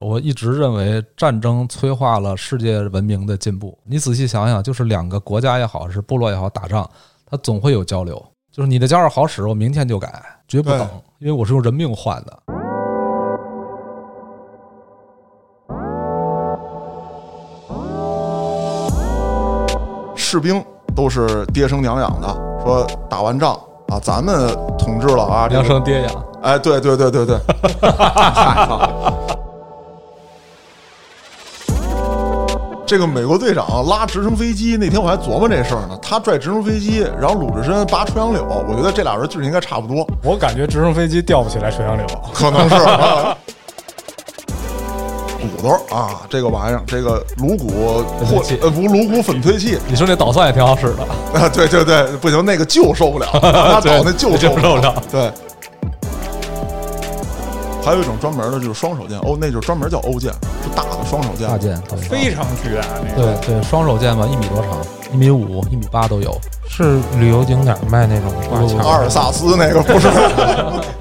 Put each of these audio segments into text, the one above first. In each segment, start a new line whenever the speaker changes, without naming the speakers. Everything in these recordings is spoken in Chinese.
我一直认为战争催化了世界文明的进步。你仔细想想，就是两个国家也好，是部落也好，打仗，它总会有交流。就是你的加号好使，我明天就改，绝不等因
对，
为我是用人命换的。
士兵都是爹生娘养的，说打完仗啊，咱们统治了啊，这
娘
个
生爹养，
哎，对对对对对， 嗨操这个美国队长拉直升飞机那天我还琢磨这事儿呢，他拽直升飞机，然后鲁智深拔垂杨柳，我觉得这俩人剧情应该差不多，
我感觉直升飞机吊不起来垂杨柳。
可能是。 啊骨头啊，这个玩意儿，这个颅骨
推
或
器
呃不颅骨粉推器
你说这捣蒜也挺好使的，
啊，对对对，不行，那个旧受不了，他倒那旧
对
受不
受
了
不。了。
对，还有一种专门的，就是双手剑，哦，那就是专门叫欧剑，是大的双手剑。
大剑，大剑
非常巨大那
对
个，
对，双手剑嘛，一米多长，一米五、一米八都有。
是旅游景点卖那种挂墙的
阿尔萨斯那个不是？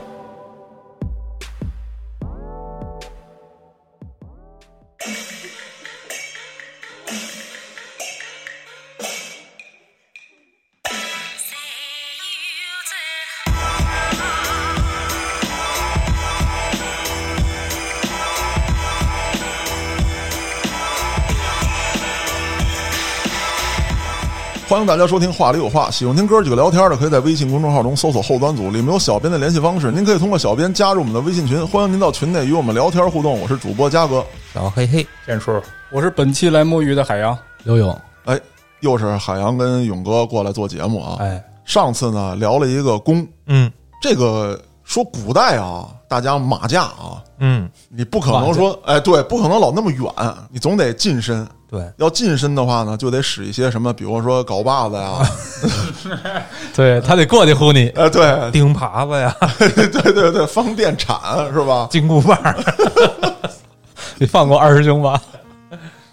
欢迎大家收听《话里有话》，喜欢听哥几个聊天的，可以在微信公众号中搜索“后端组”，里面有小编的联系方式，您可以通过小编加入我们的微信群，欢迎您到群内与我们聊天互动。我是主播嘉哥，
小黑黑，
剑叔，我是本期来摸鱼的海洋。
游泳，
哎又是海洋跟勇哥过来做节目啊。
哎，
上次呢聊了一个弓，
嗯
这个说古代啊，大家马架啊，
嗯，
你不可能说，哎，对，不可能老那么远，你总得近身。
对
要近身的话呢，就得使一些什么，比如说镐把子 呀，
对，他得过去呼你。
哎，对，
钉耙子呀，
对对对，方便铲是吧？
金箍棒儿，
你 放过二师兄吧。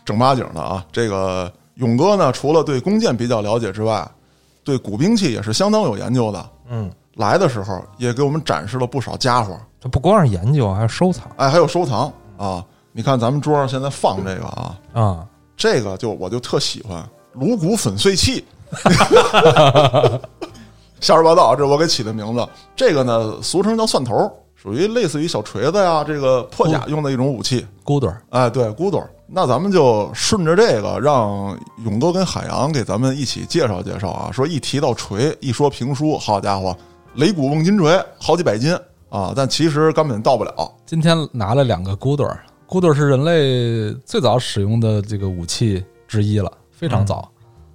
正八经的啊，这个勇哥呢，除了对弓箭比较了解之外，对古兵器也是相当有研究的。
嗯，
来的时候也给我们展示了不少家伙，
这不光是研究，还有收藏
哎，还有收藏啊。你看咱们桌上现在放这个啊，
啊，
这个就我就特喜欢颅骨粉碎器， 瞎说八道，啊这是我给起的名字。这个呢，俗称叫蒜头儿，属于类似于小锤子呀，这个破甲用的一种武器。
孤墩儿，
哎，对，骨朵儿。那咱们就顺着这个，让勇哥跟海洋给咱们一起介绍介绍啊。说一提到锤，一说评书，好家伙，擂鼓瓮金锤，好几百斤啊！但其实根本到不了。
今天拿了两个孤墩儿，孤墩儿是人类最早使用的这个武器之一了，非常早，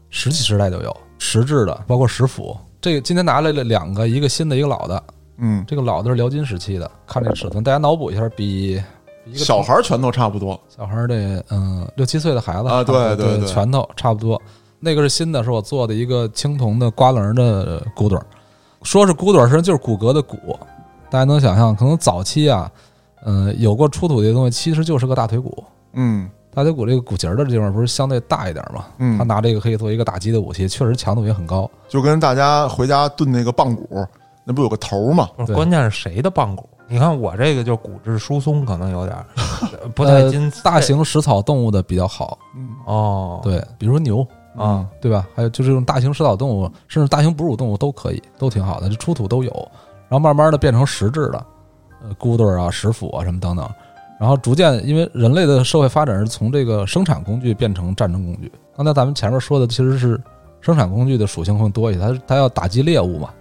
石器时代就有石制的，包括石斧。这个今天拿来了两个，一个新的，一个老的。
嗯，
这个老的是辽金时期的，看这个尺寸，大家脑补一下，比比一个
小孩儿拳头差不多。
小孩儿得嗯六七岁的孩子差
啊
不多
对对
对
对
拳头差不多。那个是新的，是我做的一个青铜的瓜棱儿的骨盹儿，说是骨盹儿，实际上就是骨骼的骨。大家能想象，可能早期啊，嗯、有过出土的东西，其实就是个大腿骨。
嗯
大腿骨这个骨节儿的地方不是相对大一点嘛？他
嗯，
拿这个可以做一个打击的武器，确实强度也很高。
就跟大家回家炖那个棒骨，那不有个头儿吗？
不是，
对
关键是谁的棒骨？你看我这个就骨质疏松，可能有 点儿呃不太经
大型食草动物的比较好，
嗯
哦，
对，比如说牛，
啊，
对吧？还有就是这种大型食草动物，甚至大型哺乳动物都可以，都挺好的，这出土都有。然后慢慢的变成石质的，呃，骨墩儿啊、石斧啊什么等等。然后逐渐，因为人类的社会发展是从这个生产工具变成战争工具。刚才咱们前面说的其实是生产工具的属性更多一些，它它要打击猎物嘛，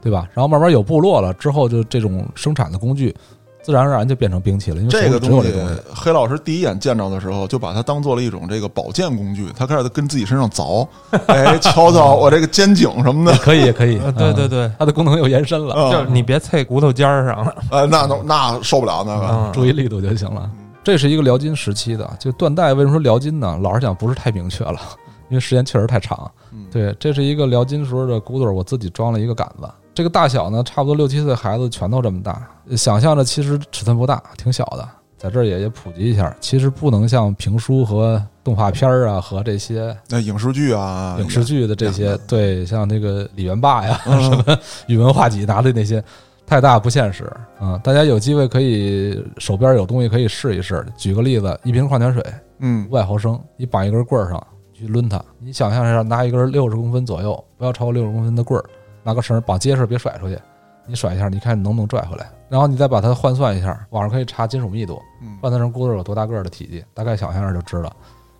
对吧？然后慢慢有部落了之后，就这种生产的工具自然而然就变成兵器了，因为手
这
里
个
只有
东西
这东西。，
黑老师第一眼见着的时候，就把它当做了一种这个保健工具，他开始跟自己身上凿， 哎，敲敲我这个肩颈什么的
也可以，也可以，
呃对对
嗯，
对，
它的功能又延伸了，
啊，
就是你别啐骨头尖儿上了，
呃，那那那受不了那个，
嗯，
注意力度就行了。这是一个辽金时期的，就断代为什么说辽金呢？老实讲不是太明确了，因为时间确实太长。
嗯，
对，这是一个辽金时候的骨盹儿，我自己装了一个杆子，这个大小呢，差不多六七岁孩子拳头这么大。想象着其实尺寸不大，挺小的，在这儿也也普及一下，其实不能像评书和动画片儿啊和这些
那影视剧啊，
影视剧的这些，对，像那个李元霸呀、
嗯
什么宇文化及拿的那些，太大不现实啊、嗯大家有机会可以手边有东西可以试一试。举个例子，一瓶矿泉水
嗯
五，百毫升，你绑一根棍儿上去抡它，你想象一下，拿一根六十公分左右，不要超过六十公分的棍儿，拿个绳儿绑结实，别甩出去。你甩一下，你看你能不能拽回来？然后你再把它换算一下，网上可以查金属密度，
嗯
换算成轱辘有多大个儿的体积，大概想象一下就知道，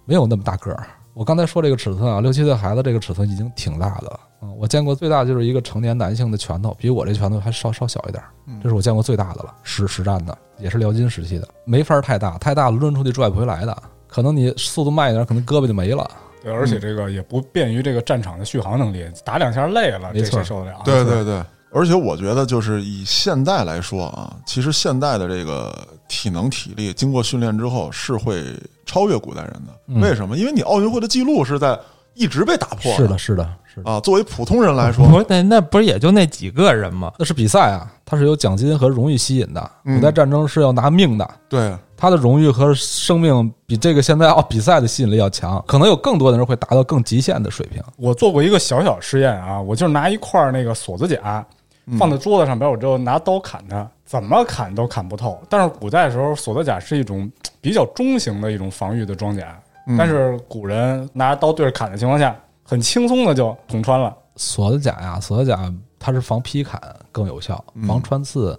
没有那么大个儿。我刚才说这个尺寸啊，六七岁孩子这个尺寸已经挺大的了。嗯，我见过最大就是一个成年男性的拳头，比我这拳头还稍稍小一点儿，
嗯
这是我见过最大的了，实实战的，也是辽金时期的，没法儿太大，太大了抡出去拽不回来的，可能你速度慢一点儿，可能胳膊就没了。
对，而且这个也不便于这个战场的续航能力，打两下累了，
没
这
错
谁受得了啊？
对对对，而且我觉得就是以现代来说啊，其实现代的这个体能体力经过训练之后是会超越古代人的。
嗯
为什么？因为你奥运会的记录是在一直被打破
是的，是的，是的。
啊。作为普通人来说，
不是那那不是也就那几个人吗？
那是比赛啊，它是有奖金和荣誉吸引的。
嗯
古代战争是要拿命的，
对，
它的荣誉和生命比这个现在哦比赛的吸引力要强，可能有更多的人会达到更极限的水平。
我做过一个小小实验啊，我就是拿一块那个锁子甲放在桌子上边，我就拿刀砍它，怎么砍都砍不透。但是古代的时候，锁子甲是一种比较中型的一种防御的装甲，
嗯
但是古人拿刀对着砍的情况下，很轻松的就捅穿了。
锁子甲呀，锁子甲它是防劈砍更有效
嗯，
防穿刺、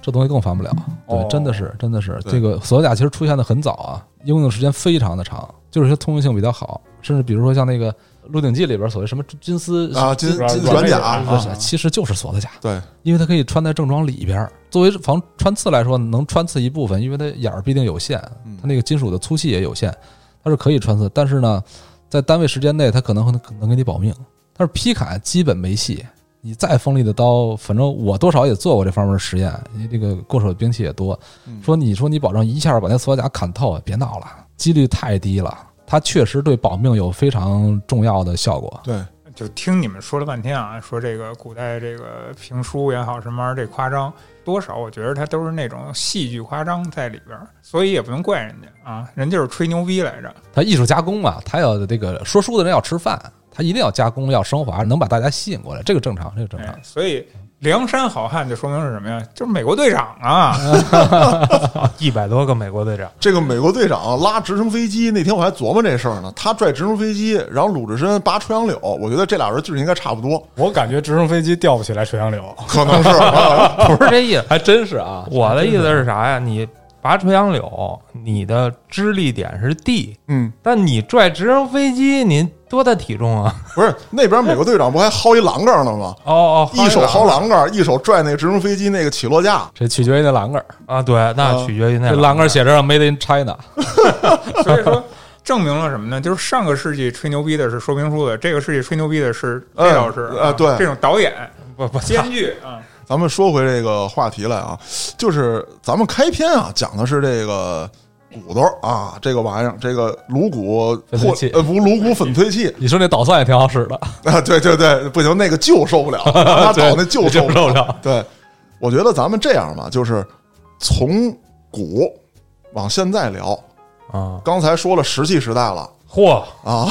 这东西更防不了。
哦
对，真的是真的是
对
这个锁子甲其实出现的很早啊，应用时间非常的长，就是它通用性比较好，甚至比如说像那个《鹿鼎记》里边所谓什么金丝
啊，金
软
金
软
软甲
甲
不
啊
是，其实就是锁子甲。
对，
因为它可以穿在正装里边儿。作为防穿刺来说，能穿刺一部分，因为它眼儿毕竟有限，
嗯
它那个金属的粗细也有限，它是可以穿刺。但是呢，在单位时间内，它可能会能给你保命。但是劈砍基本没戏，你再锋利的刀，反正我多少也做过这方面的实验，因为这个过手的兵器也多。
嗯
说你说你保证一下把那锁甲砍透，别闹了，几率太低了。它确实对保命有非常重要的效果。
对，
就听你们说了半天啊，说这个古代这个评书也好，什么玩意儿这夸张，多少我觉得它都是那种戏剧夸张在里边儿，所以也不能怪人家啊，人就是吹牛逼来着。
它艺术加工嘛，它要这个说书的人要吃饭，他一定要加工，要升华，能把大家吸引过来，这个正常，这个正常
啊
哎。，所以梁山好汉就说明是什么呀？就是美国队长啊，
一百多个美国队长，
这个美国队长拉直升飞机那天我还琢磨这事儿呢，他拽直升飞机，然后鲁智深拔垂杨柳，我觉得这俩人剧情应该差不多，
我感觉直升飞机吊不起来垂杨柳，
可能是啊，
不是这意思。
还真是啊
我的意思是啥呀？你拔垂杨柳，你的支力点是 D，
嗯，
但你拽直升飞机，你多大体重啊？
不是那边美国队长不还薅一栏杆呢吗？
哦哦，
一手
好
薅栏杆，一手拽那个直升飞机那个起落架。
这取决于那栏杆儿，
啊！对，那取决于那
这栏杆儿写着 “Made in China”，
所以说证明了什么呢？就是上个世纪吹牛逼的是说评书的，这个世纪吹牛逼的是魏老师
嗯啊对
这种导演
不不
编剧啊，
咱们说回这个话题来啊，就是咱们开篇啊讲的是这个骨头啊，这个玩意儿，这个颅骨
粉碎
或
器
呃不颅骨粉碎器
你说那捣蒜也挺好使的，
啊，对对对，不行，那个旧受 不了，他倒那旧受
受
不
不
了。
了。
对，我觉得咱们这样吧，就是从古往现在聊，
啊，
刚才说了石器时代了
嚯，
啊，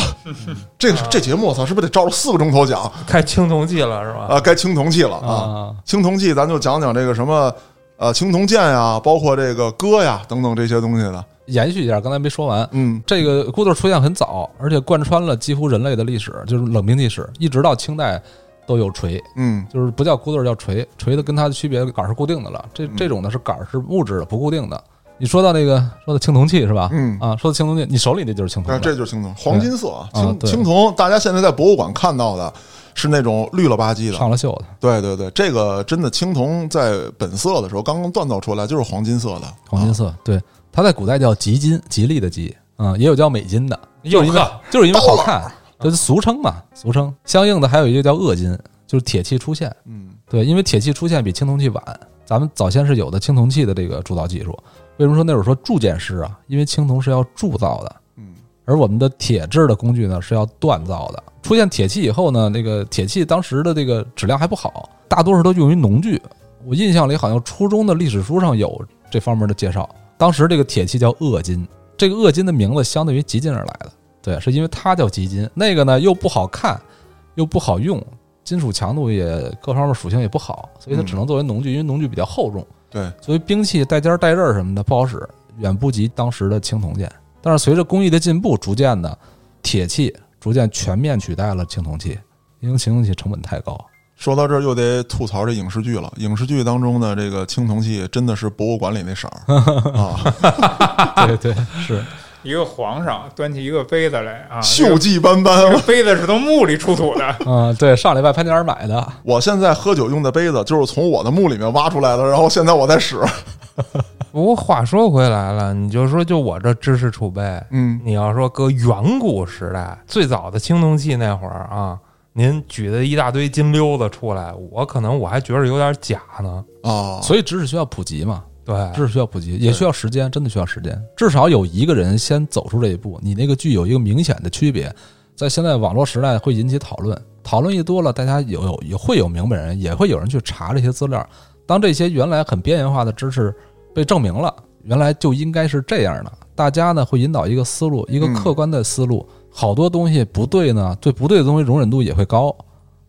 这
啊
这节目我操，是不是得照着四个钟头讲
开青铜器了是吧？
啊？该青铜器了啊。
啊，
青铜器，咱就讲讲这个什么呃青铜剑呀，包括这个戈呀等等这些东西的。
延续一下，刚才没说完。
嗯
这个轱辘出现很早，而且贯穿了几乎人类的历史，就是冷兵器史，一直到清代都有锤，
嗯
就是不叫箍豆儿，叫锤。锤的跟它的区别，杆儿是固定的了。这
嗯
这种呢是杆儿是木质的，不固定的。你说到那个说的青铜器是吧？
嗯，
啊，说的青铜器，你手里那就是青铜
那
了。
这就是青铜，黄金色啊，
对啊
青
对
青铜，大家现在在博物馆看到的是那种绿了吧唧的。
上了锈的
对对对，这个真的青铜在本色的时候刚刚锻造出来就是黄金色的，
黄金
啊
色，对，它在古代叫吉金，吉利的吉，嗯，也有叫美金的，
又一个
就是因为
到
好
了
看，这是俗称嘛，俗称。相应的还有一个叫恶金，就是铁器出现，
嗯
对，因为铁器出现比青铜器晚，咱们早先是有的青铜器的这个铸造技术。为什么说那会儿说铸剑师啊？因为青铜是要铸造的，
嗯
而我们的铁制的工具呢是要锻造的。出现铁器以后呢，那个铁器当时的这个质量还不好，大多数都用于农具。我印象里好像初中的历史书上有这方面的介绍。当时这个铁器叫恶金，这个恶金的名字相对于吉金而来的，对，是因为它叫吉金，那个呢又不好看，又不好用，金属强度也各方面属性也不好，所以它只能作为农具，因为农具比较厚重，
对，
所以兵器带尖儿带刃儿什么的不好使，远不及当时的青铜剑。但是随着工艺的进步，逐渐的铁器逐渐全面取代了青铜器，因为青铜器成本太高。
说到这儿又得吐槽这影视剧了。影视剧当中的这个青铜器真的是博物馆里那色儿 啊，
对对是，
一个皇上端起一个杯子来啊，
锈迹斑
这个
斑。
杯子是从墓里出土的，
嗯，对，上礼拜潘家园买的，
我现在喝酒用的杯子就是从我的墓里面挖出来的，然后现在我在使。
不过话说回来了，你就说就我这知识储备，
嗯，
你要说搁远古时代最早的青铜器那会儿啊，您举的一大堆金溜子出来，我可能我还觉着有点假呢。
啊，
所以知识需要普及嘛，
对，
知识需要普及，也需要时间，真的需要时间。至少有一个人先走出这一步，你那个剧有一个明显的区别，在现在网络时代会引起讨论，讨论一多了，大家有有也会有明白人，也会有人去查这些资料。当这些原来很边缘化的知识被证明了，原来就应该是这样的，大家呢会引导一个思路，一个
嗯
客观的思路。好多东西不对呢，对不对的东西容忍度也会高，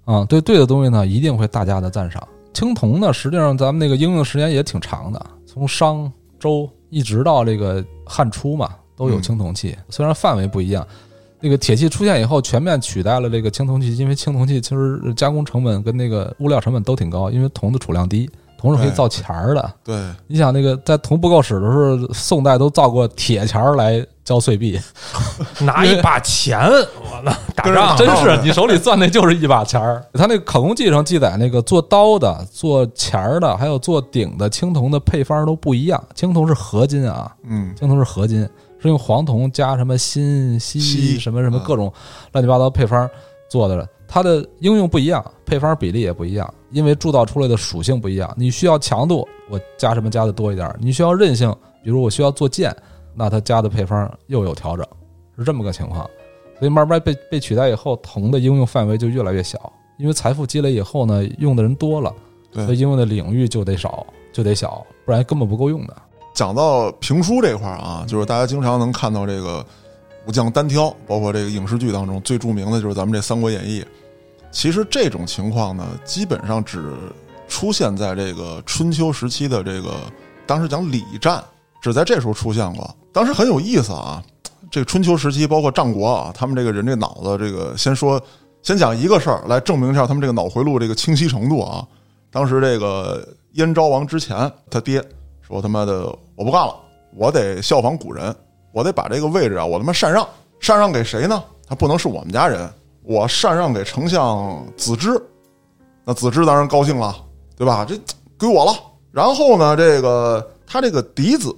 啊、对对的东西呢一定会大家的赞赏。青铜呢，实际上咱们那个应用时间也挺长的，从商周一直到这个汉初嘛，都有
嗯
青铜器。虽然范围不一样，那个铁器出现以后，全面取代了这个青铜器，因为青铜器其实加工成本跟那个物料成本都挺高，因为铜的储量低，铜是可以
对
造钱儿的。
对，
你想那个在铜不够使的时候，宋代都造过铁钱儿来交碎币，
拿一把钱，我呢打仗
真
仗
是你手里攥那就是一把钱儿。他那个考工记上记载，那个做刀的、做钱儿的，还有做鼎的青铜的配方都不一样。青铜是合金啊，
嗯，
青铜是合金，是用黄铜加什么锌、硒
硒
什么什么
嗯
各种乱七八糟配方做的了。它的应用不一样，配方比例也不一样，因为铸造出来的属性不一样。你需要强度，我加什么加的多一点儿；你需要韧性，比如我需要做剑，那它加的配方又有调整，是这么个情况。所以慢慢被被取代以后，铜的应用范围就越来越小，因为财富积累以后呢，用的人多了，
对
所以应用的领域就得少，就得小，不然根本不够用的。
讲到评书这块儿啊，就是大家经常能看到这个武将单挑，包括这个影视剧当中最著名的就是咱们这《三国演义》。其实这种情况呢，基本上只出现在这个春秋时期的这个，当时讲礼战，只在这时候出现过。当时很有意思啊，这个春秋时期，包括战国啊，他们这个人这脑子，这个先说先讲一个事儿来证明一下他们这个脑回路这个清晰程度啊。当时这个燕昭王之前，他爹说他妈的我不干了，我得效仿古人，我得把这个位置啊，我他妈禅让，禅让给谁呢？他不能是我们家人，我禅让给丞相子之，那子之当然高兴了，对吧？这归我了。然后呢，这个他这个嫡子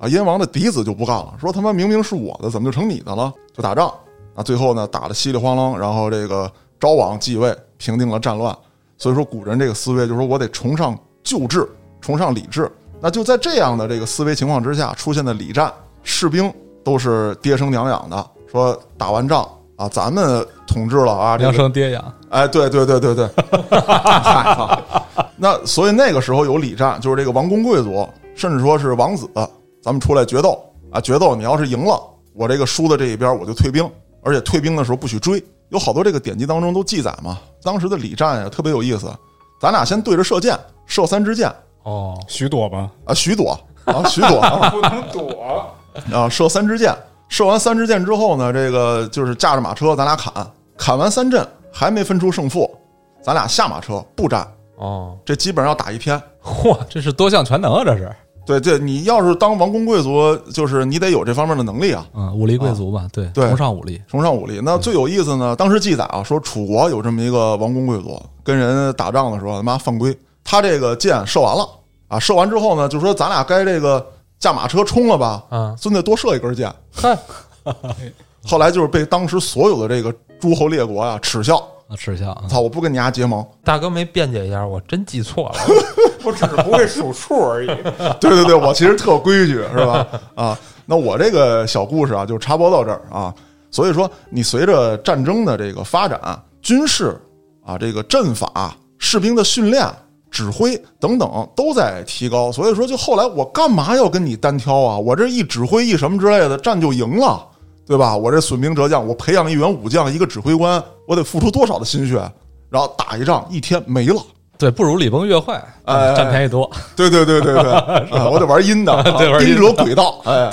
啊，燕王的嫡子就不干了，说他妈明明是我的，怎么就成你的了？就打仗。那最后呢，打得稀里哗啦，然后这个昭王继位，平定了战乱。所以说，古人这个思维就是说我得崇尚旧制，崇尚礼制。那就在这样的这个思维情况之下，出现的礼战，士兵都是爹生娘养的，说打完仗啊，咱们统治了啊，这
量
个
生爹养，
哎，对对对 对对，嗨操那所以那个时候有礼战，就是这个王公贵族，甚至说是王子，啊咱们出来决斗啊，决斗你要是赢了，我这个输的这一边我就退兵，而且退兵的时候不许追，有好多这个典籍当中都记载嘛。当时的礼战呀特别有意思，咱俩先对着射箭，射三支箭
哦，
许朵吧，
啊，许朵啊，许朵啊，
不能躲。
啊，射三支箭，射完三支箭之后呢，这个就是驾着马车，咱俩砍，砍完三阵还没分出胜负，咱俩下马车不战，
哦，
这基本上要打一天。
嚯，
这是多项全能啊，这是。
对对，你要是当王公贵族，就是你得有这方面的能力啊，
嗯，武力贵族嘛，对，
对
崇尚武力，
崇尚武力。那最有意思呢，当时记载啊，说楚国有这么一个王公贵族，跟人打仗的时候他妈犯规，他这个箭射完了啊，射完之后呢，就说咱俩该这个驾马车冲了吧，
啊，
孙子多射一根箭。
嗨，
后来就是被当时所有的这个诸侯列国啊耻笑，
啊，吃相啊，
操，我不跟你丫结盟。
大哥没辩解一下，我真记错了。
我只是不会数数而已。啊
对对对，我其实特规矩，是吧？啊，那我这个小故事啊，就插播到这儿啊。所以说，你随着战争的这个发展，军事啊，这个阵法、士兵的训练、指挥等等都在提高。所以说，就后来我干嘛要跟你单挑啊？我这一指挥一什么之类的，战就赢了，对吧？我这损兵折将，我培养一员武将，一个指挥官，我得付出多少的心血？然后打一仗一天没了。
对，不如礼崩乐坏，
哎
占便宜多。
对对对对 对，啊我得玩阴的，啊
对玩阴
阴
的
者轨 道。哎，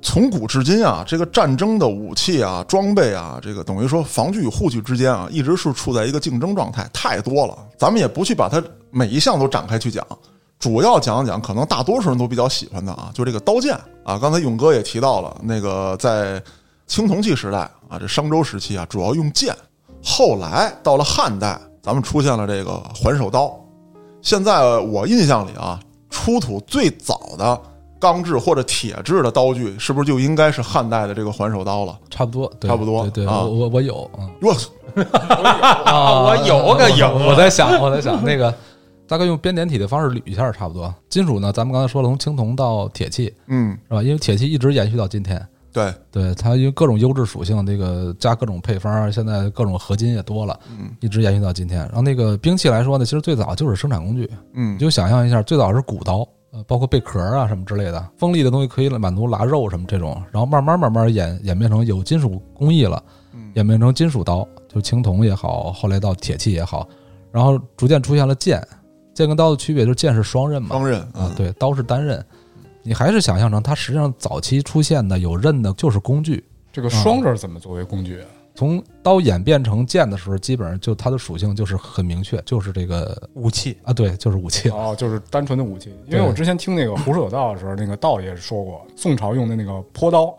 从古至今啊，这个战争的武器啊、装备啊，这个等于说防具与护具之间啊，一直是处在一个竞争状态，太多了。咱们也不去把它每一项都展开去讲，主要讲一讲可能大多数人都比较喜欢的啊，就这个刀剑啊。刚才勇哥也提到了，那个在青铜器时代啊，这商周时期啊，主要用剑。后来到了汉代，咱们出现了这个环手刀。现在我印象里啊，出土最早的钢制或者铁制的刀具，是不是就应该是汉代的这个环手刀了？
差不多，对
差不多
对对，
啊
我我我有， 嗯
哟，
啊
我有个有
我我在想，我在想那个，大概用编年体的方式捋一下，差不多。金属呢，咱们刚才说了，从青铜到铁器
嗯，
是吧？因为铁器一直延续到今天，
对，
对它因为各种优质属性，那个加各种配方，现在各种合金也多了，
嗯
一直延续到今天。然后那个兵器来说呢，其实最早就是生产工具，
嗯
你，就想象一下，最早是骨刀，呃，包括贝壳啊什么之类的，锋利的东西可以满足拉肉什么这种，然后慢慢慢慢演演变成有金属工艺了，
嗯
演变成金属刀，就青铜也好，后来到铁器也好，然后逐渐出现了剑，剑跟刀的区别就是剑是双刃嘛，
双刃嗯
啊，，对，刀是单刃。你还是想象成它实际上早期出现的有刃的，就是工具。
这个
啊
双刃怎么作为工具？啊
从刀演变成剑的时候，基本上就它的属性就是很明确，就是这个
武器
啊，对，就是武器。
哦，就是单纯的武器。因为
对
我之前听那个胡说有道的时候，那个道爷说过，宋朝用的那个坡刀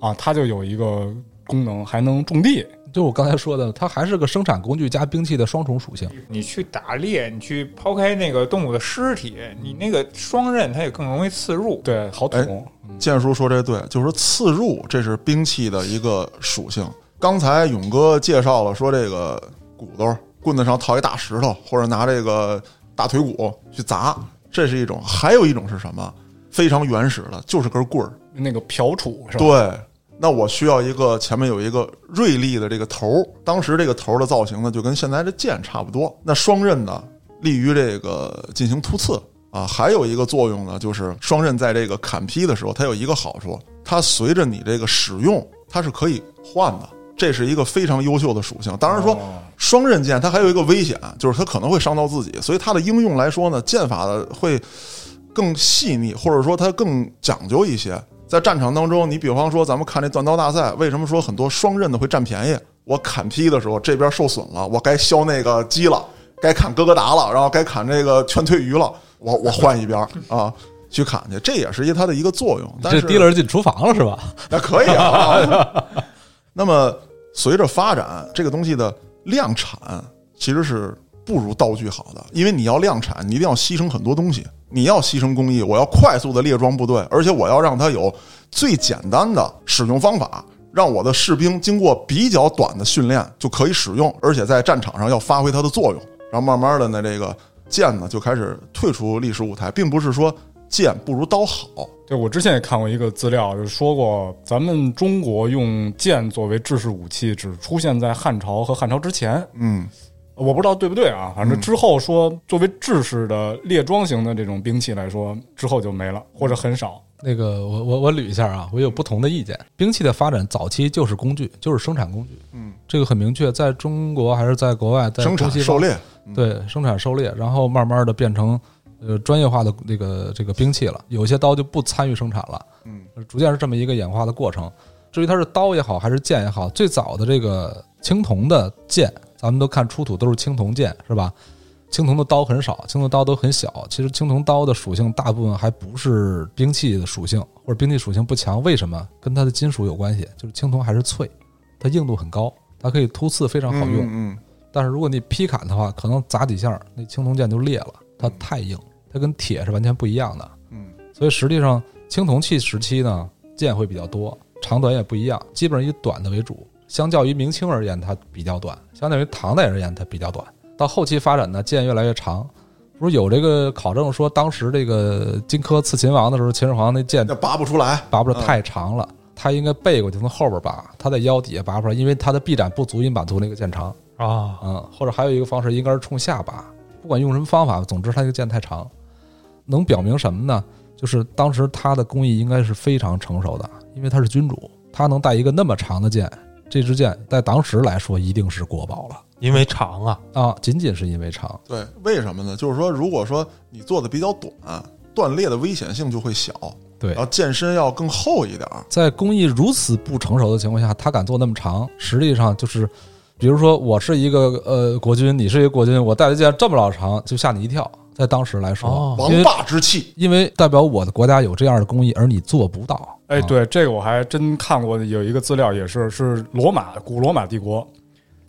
啊，它就有一个功能，还能种地。
就我刚才说的，它还是个生产工具加兵器的双重属性。
你去打猎，你去抛开那个动物的尸体，你那个双刃它也更容易刺入。
对，好
哎
捅。
剑叔说这对，就是说刺入这是兵器的一个属性。刚才勇哥介绍了说这个骨头棍子上套一大石头，或者拿这个大腿骨去砸，这是一种；还有一种是什么？非常原始的，就是根棍儿。
那个瓢杵是吧？
对，那我需要一个前面有一个锐利的这个头儿，当时这个头儿的造型呢，就跟现在这剑差不多。那双刃呢，利于这个进行突刺啊，还有一个作用呢，就是双刃在这个砍劈的时候，它有一个好处，它随着你这个使用，它是可以换的。这是一个非常优秀的属性。当然说，
哦
双刃剑它还有一个危险，就是它可能会伤到自己，所以它的应用来说呢，剑法的会更细腻，或者说它更讲究一些。在战场当中，你比方说咱们看这断刀大赛，为什么说很多双刃的会占便宜？我砍劈的时候，这边受损了，我该削那个鸡了，该砍哥哥达了，然后该砍这个劝退鱼了，我我换一边儿啊去砍去，这也是一它的一个作用。但
这
是
提溜进厨房了是吧？
那可以啊。 那么随着发展，这个东西的量产其实是不如道具好的，因为你要量产，你一定要牺牲很多东西，你要牺牲工艺，我要快速的列装部队，而且我要让它有最简单的使用方法。让我的士兵经过比较短的训练就可以使用，而且在战场上要发挥它的作用。然后慢慢的呢，这个剑呢就开始退出历史舞台，并不是说剑不如刀好，
对，我之前也看过一个资料，就说过咱们中国用剑作为制式武器，只出现在汉朝和汉朝之前。
嗯，
我不知道对不对啊，反
嗯
正之后说作为制式的列装型的这种兵器来说，之后就没了或者很少。
那个我我我捋一下啊，我有不同的意见。兵器的发展早期就是工具，就是生产工具。
嗯，
这个很明确，在中国还是在国外，在
生产
东西方
狩猎，
对生产狩猎，然后慢慢的变成呃专业化的这个这个兵器了。有些刀就不参与生产了，
嗯，
逐渐是这么一个演化的过程。至于它是刀也好，还是剑也好，最早的这个青铜的剑，咱们都看出土都是青铜剑，是吧？青铜的刀很少，青铜刀都很小。其实青铜刀的属性大部分还不是兵器的属性，或者兵器属性不强。为什么？跟它的金属有关系，就是青铜还是脆，它硬度很高，它可以突刺，非常好用。
嗯，嗯
但是如果你劈砍的话，可能砸几下儿那青铜剑就裂了，它太硬，它跟铁是完全不一样的。
嗯
所以实际上青铜器时期呢，剑会比较多，长短也不一样，基本上以短的为主。相较于明清而言，它比较短；相对于唐代而言，它比较短。到后期发展呢，剑越来越长。不是有这个考证说，当时这个荆轲刺秦王的时候，秦始皇那剑
那拔不出来，
拔不了
嗯
太长了，他应该背过去从后边拔，他在腰底下拔不出来，因为他的臂展不足以满足那个剑长。
啊，
嗯，或者还有一个方式，应该是冲下拔，不管用什么方法，总之它这个剑太长，能表明什么呢？就是当时他的工艺应该是非常成熟的，因为他是君主，他能带一个那么长的剑，这支箭在当时来说一定是国宝了
因为长啊，
啊，仅仅是因为长。
对，为什么呢？就是说，如果说你做的比较短，断裂的危险性就会小，
对
然后健身要更厚一点儿。
在工艺如此不成熟的情况下，他敢做那么长，实际上就是，比如说我是一个呃国军，你是一个国军，我带的剑这么老长，就吓你一跳。在当时来说，
哦
王霸之气，
因为代表我的国家有这样的工艺，而你做不到。
哎，
啊，
对这个我还真看过，有一个资料也是是罗马古罗马帝国，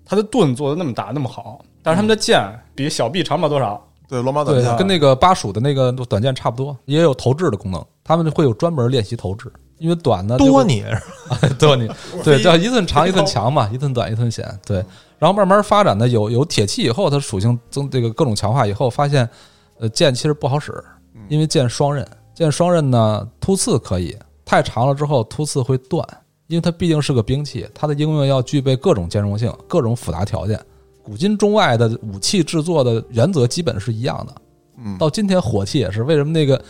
它的盾做的那么大那么好，但是他们的
嗯
剑比小臂长不了多少。
对罗马短
对，
剑，
跟那个巴蜀的那个短剑差不多，也有投掷的功能，他们会有专门练习投掷。因为短呢，
多你是吧
多你， 对，叫一寸长一寸强嘛，一寸短一寸险，对。然后慢慢发展的有有铁器以后，它属性增这个各种强化以后，发现呃剑其实不好使，因为剑双刃，剑双刃呢突刺可以，太长了之后突刺会断，因为它毕竟是个兵器，它的应用要具备各种兼容性、各种复杂条件。古今中外的武器制作的原则基本是一样的，
嗯，
到今天火器也是为什么那个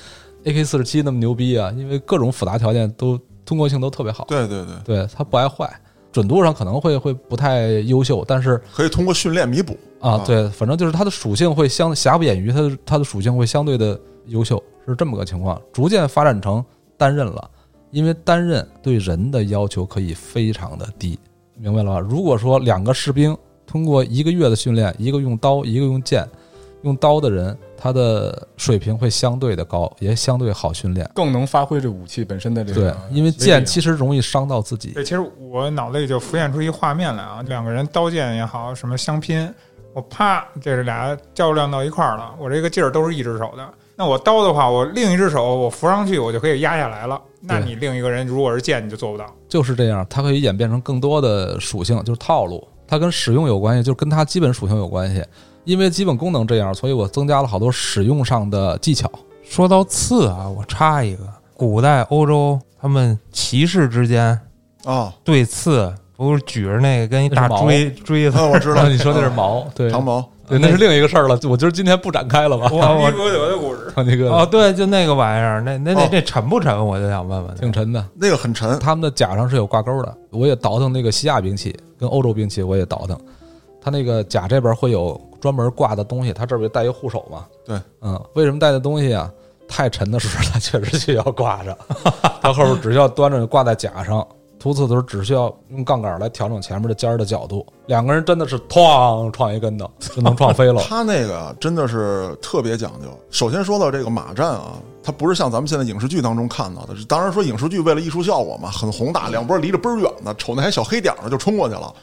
AK 四十七那么牛逼啊？因为各种复杂条件都通过性都特别好。
对对对，
对，它不爱坏，准度上可能会会不太优秀，但是
可以通过训练弥补
啊，对，反正就是它的属性会相瑕不掩瑜，它的它的属性会相对的优秀，是这么个情况，逐渐发展成单刃了，因为单刃对人的要求可以非常的低，明白了吧？如果说两个士兵通过一个月的训练，一个用刀，一个用剑，用刀的人他的水平会相对的高，也相对好训练。
更能发挥这武器本身的这个
对，啊因为
威力
剑其实容易伤到自己。
对，其实我脑子里就浮现出一画面来啊，两个人刀剑也好，什么相拼，我啪，这是俩较量到一块儿了，我这个劲儿都是一只手的。那我刀的话，我另一只手我扶上去，我就可以压下来了。那
对啊
你另一个人如果是剑，你就做不到。
就是这样，它可以演变成更多的属性，就是套路。它跟使用有关系，就是跟它基本属性有关系。因为基本功能这样，所以我增加了好多使用上的技巧。
说到刺啊，我插一个，古代欧洲他们骑士之间
啊。
对刺，不是举着那个跟一大
那是矛
锥锥子
啊，，我知道
你说那是矛，对，
长矛，
对，那是另一个事儿了。我觉得今天不展开了吧。
我 我
歌德的故事，
那个、
哦， 对，就那个玩意儿，那那那
哦
那沉不沉？我就想问问那个，
挺沉的，
那个很沉，
他们的甲上是有挂钩的。我也倒腾那个西亚兵器，跟欧洲兵器我也倒腾。它那个甲这边会有专门挂的东西，它这边带一护手嘛。
对，
嗯，为什么带的东西啊？太沉的时候，它 确实需要挂着， 它后边只需要端着挂在甲上。突刺的时候，只需要用杠杆来调整前面的尖儿的角度。两个人真的是哐撞一跟头，就能撞 飞了。
他那个啊真的是特别讲究。首先说到这个马战啊，它不是像咱们现在影视剧当中看到的。当然说影视剧为了艺术效果嘛，很宏大，两波离着倍儿远呢，瞅那还小黑点儿呢就冲过去了，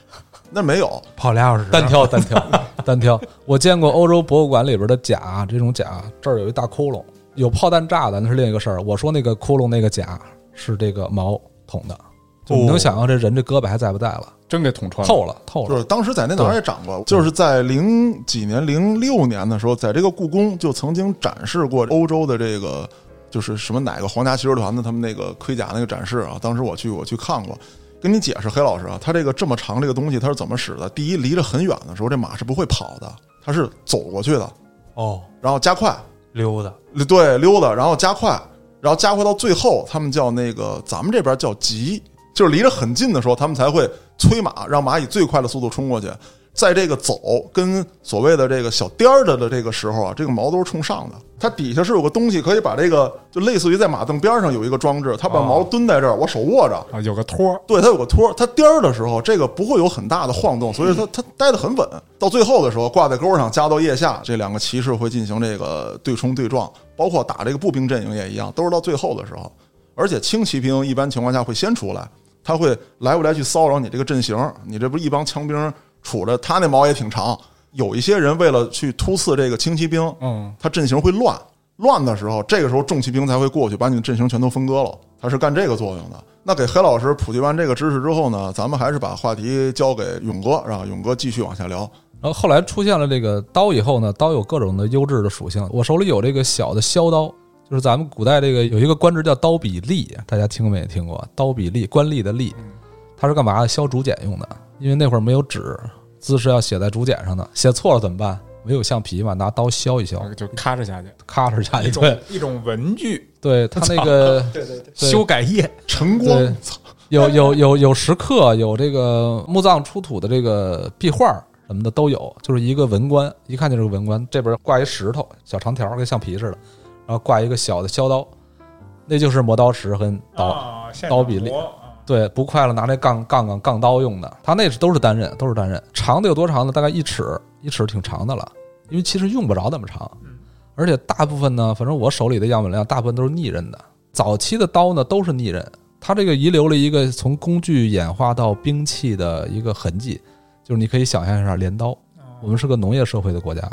那没有，
跑俩小时，
单挑，单挑， 单挑。我见过欧洲博物馆里边的甲，这种甲这儿有一大窟窿，有炮弹炸的那是另一个事儿。我说那个窟窿那个甲是这个矛捅的，就你能想象这人这胳膊还在不在了？
真给捅穿了。
透了，透
哦就
了。
是当时在那哪儿也展过，就是在零几年、零六年的时候，在这个故宫就曾经展示过欧洲的这个，就是什么哪个皇家骑士团的他们那个盔甲那个展示啊。当时我去我去看过，跟你解释，黑老师啊，他这个这么长这个东西它是怎么使的？第一，离着很远的时候，这马是不会跑的，它是走过去的，
哦，
然后加快，
溜达，
对，溜达，然后加快，然后加快到最后，他们叫那个咱们这边叫急，就是离着很近的时候，他们才会催马，让马以最快的速度冲过去。在这个走跟所谓的这个小颠儿的的这个时候啊，这个矛都是冲上的，它底下是有个东西可以把这个，就类似于在马镫边上有一个装置，它把矛蹲在这儿，我手握着，
啊，有个托儿，
对，它有个托儿，它颠儿的时候，这个不会有很大的晃动，所以它它待得很稳。到最后的时候，挂在钩上，夹到腋下，这两个骑士会进行这个对冲对撞，包括打这个步兵阵营也一样，都是到最后的时候。而且轻骑兵一般情况下会先出来，他会来回来去骚扰你这个阵型，你这不一帮枪兵杵着，他那矛也挺长。有一些人为了去突刺这个轻骑兵，
嗯，
他阵型会乱，乱的时候，这个时候重骑兵才会过去把你的阵型全都分割了，它是干这个作用的。那给黑老师普及完这个知识之后呢，咱们还是把话题交给勇哥，让勇哥继续往下聊。
然后后来出现了这个刀以后呢，刀有各种的优质的属性。我手里有这个小的削刀，就是咱们古代这个有一个官职叫刀比吏，大家听过没听过？刀比吏，官吏的吏，它是干嘛的？削竹简用的，因为那会儿没有纸，字是要写在竹简上的，写错了怎么办？没有橡皮嘛，拿刀削一削，
就咔哧下去。
咔哧下
一
去。
种
哎对，
一种文具，
对，它那个
对对对，
对
修改业，
晨光
对，
操
有有有有石刻，有这个墓葬出土的这个壁画什么的都有，就是一个文官，一看就是个文官，这边挂一石头，小长条跟橡皮似的，然后挂一个小的削刀，那就是磨刀石跟刀。
啊，现
刀
场
比例
磨啊
对，不快了，拿那杠杠啊杠杠刀用的，他那是都是单刃，都是单刃，长的有多长呢？大概一尺，一尺挺长的了，因为其实用不着那么长
嗯，
而且大部分呢，反正我手里的样本量大部分都是逆刃的，早期的刀呢都是逆刃，它这个遗留了一个从工具演化到兵器的一个痕迹，就是你可以想象一下镰刀，
啊
我们是个农业社会的国家，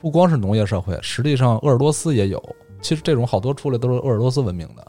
不光是农业社会，实际上鄂尔多斯也有。其实这种好多出来都是鄂尔多斯文明的，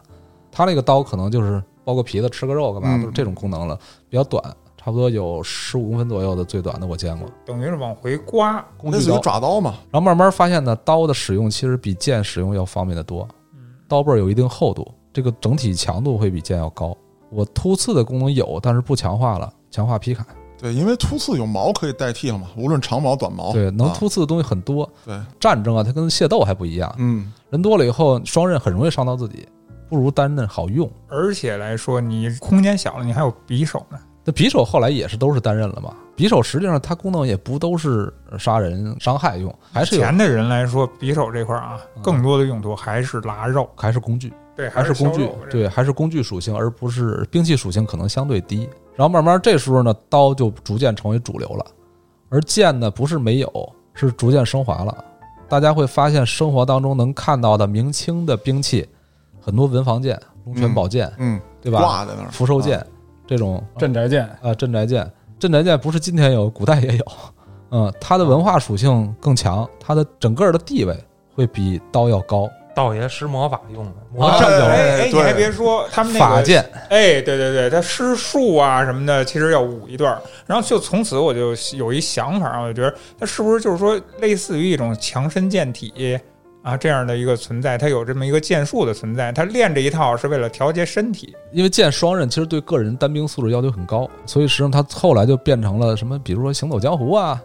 它那个刀可能就是包个皮子吃个肉干嘛，
嗯
都是这种功能了，比较短，差不多有十五公分左右的最短的我见过
等于是往回刮，
工
类
具
似
刀
于。抓刀嘛，
然后慢慢发现呢，刀的使用其实比剑使用要方便的多，
嗯，
刀背儿有一定厚度，这个整体强度会比剑要高。我突刺的功能有，但是不强化了，强化劈砍。
对，因为突刺有毛可以代替了嘛，无论长毛短毛，
对，能
啊
突刺的东西很多。
对，
战争啊，它跟械斗还不一样，
嗯，
人多了以后，双刃很容易伤到自己，不如单刃好用。
而且来说，你空间小了，你还有匕首呢，
那匕首后来也是都是单刃了嘛？匕首实际上它功能也不都是杀人伤害用，还是有
钱的人来说，匕首这块儿啊
嗯，
更多的用途还是拉肉，
还是工具，
对，
还
是
工具
削肉，
对，还是工具属性，而不是兵器属性可能相对低。然后慢慢这时候呢，刀就逐渐成为主流了，而剑呢不是没有，是逐渐升华了。大家会发现生活当中能看到的明清的兵器，很多文房剑、龙泉
嗯
宝剑，
嗯，
对吧？
挂在那儿，
福寿剑、
啊
这种
镇宅剑
啊，镇宅剑，镇宅剑不是今天有，古代也有。嗯，它
啊
的文化属性更强，它的整个的地位会比刀要高。
道爷施魔法用的，魔
啊
杖
有
哎哎，你
对
还别说，他们那个
法剑，
哎，对对对，他施术啊什么的，其实要舞一段儿。然后就从此我就有一想法啊，我就觉得他是不是就是说类似于一种强身健体啊这样的一个存在，他有这么一个剑术的存在，他练这一套是为了调节身体。
因为剑双刃其实对个人单兵素质要求很高，所以实际上它后来就变成了什么，比如说行走江湖啊。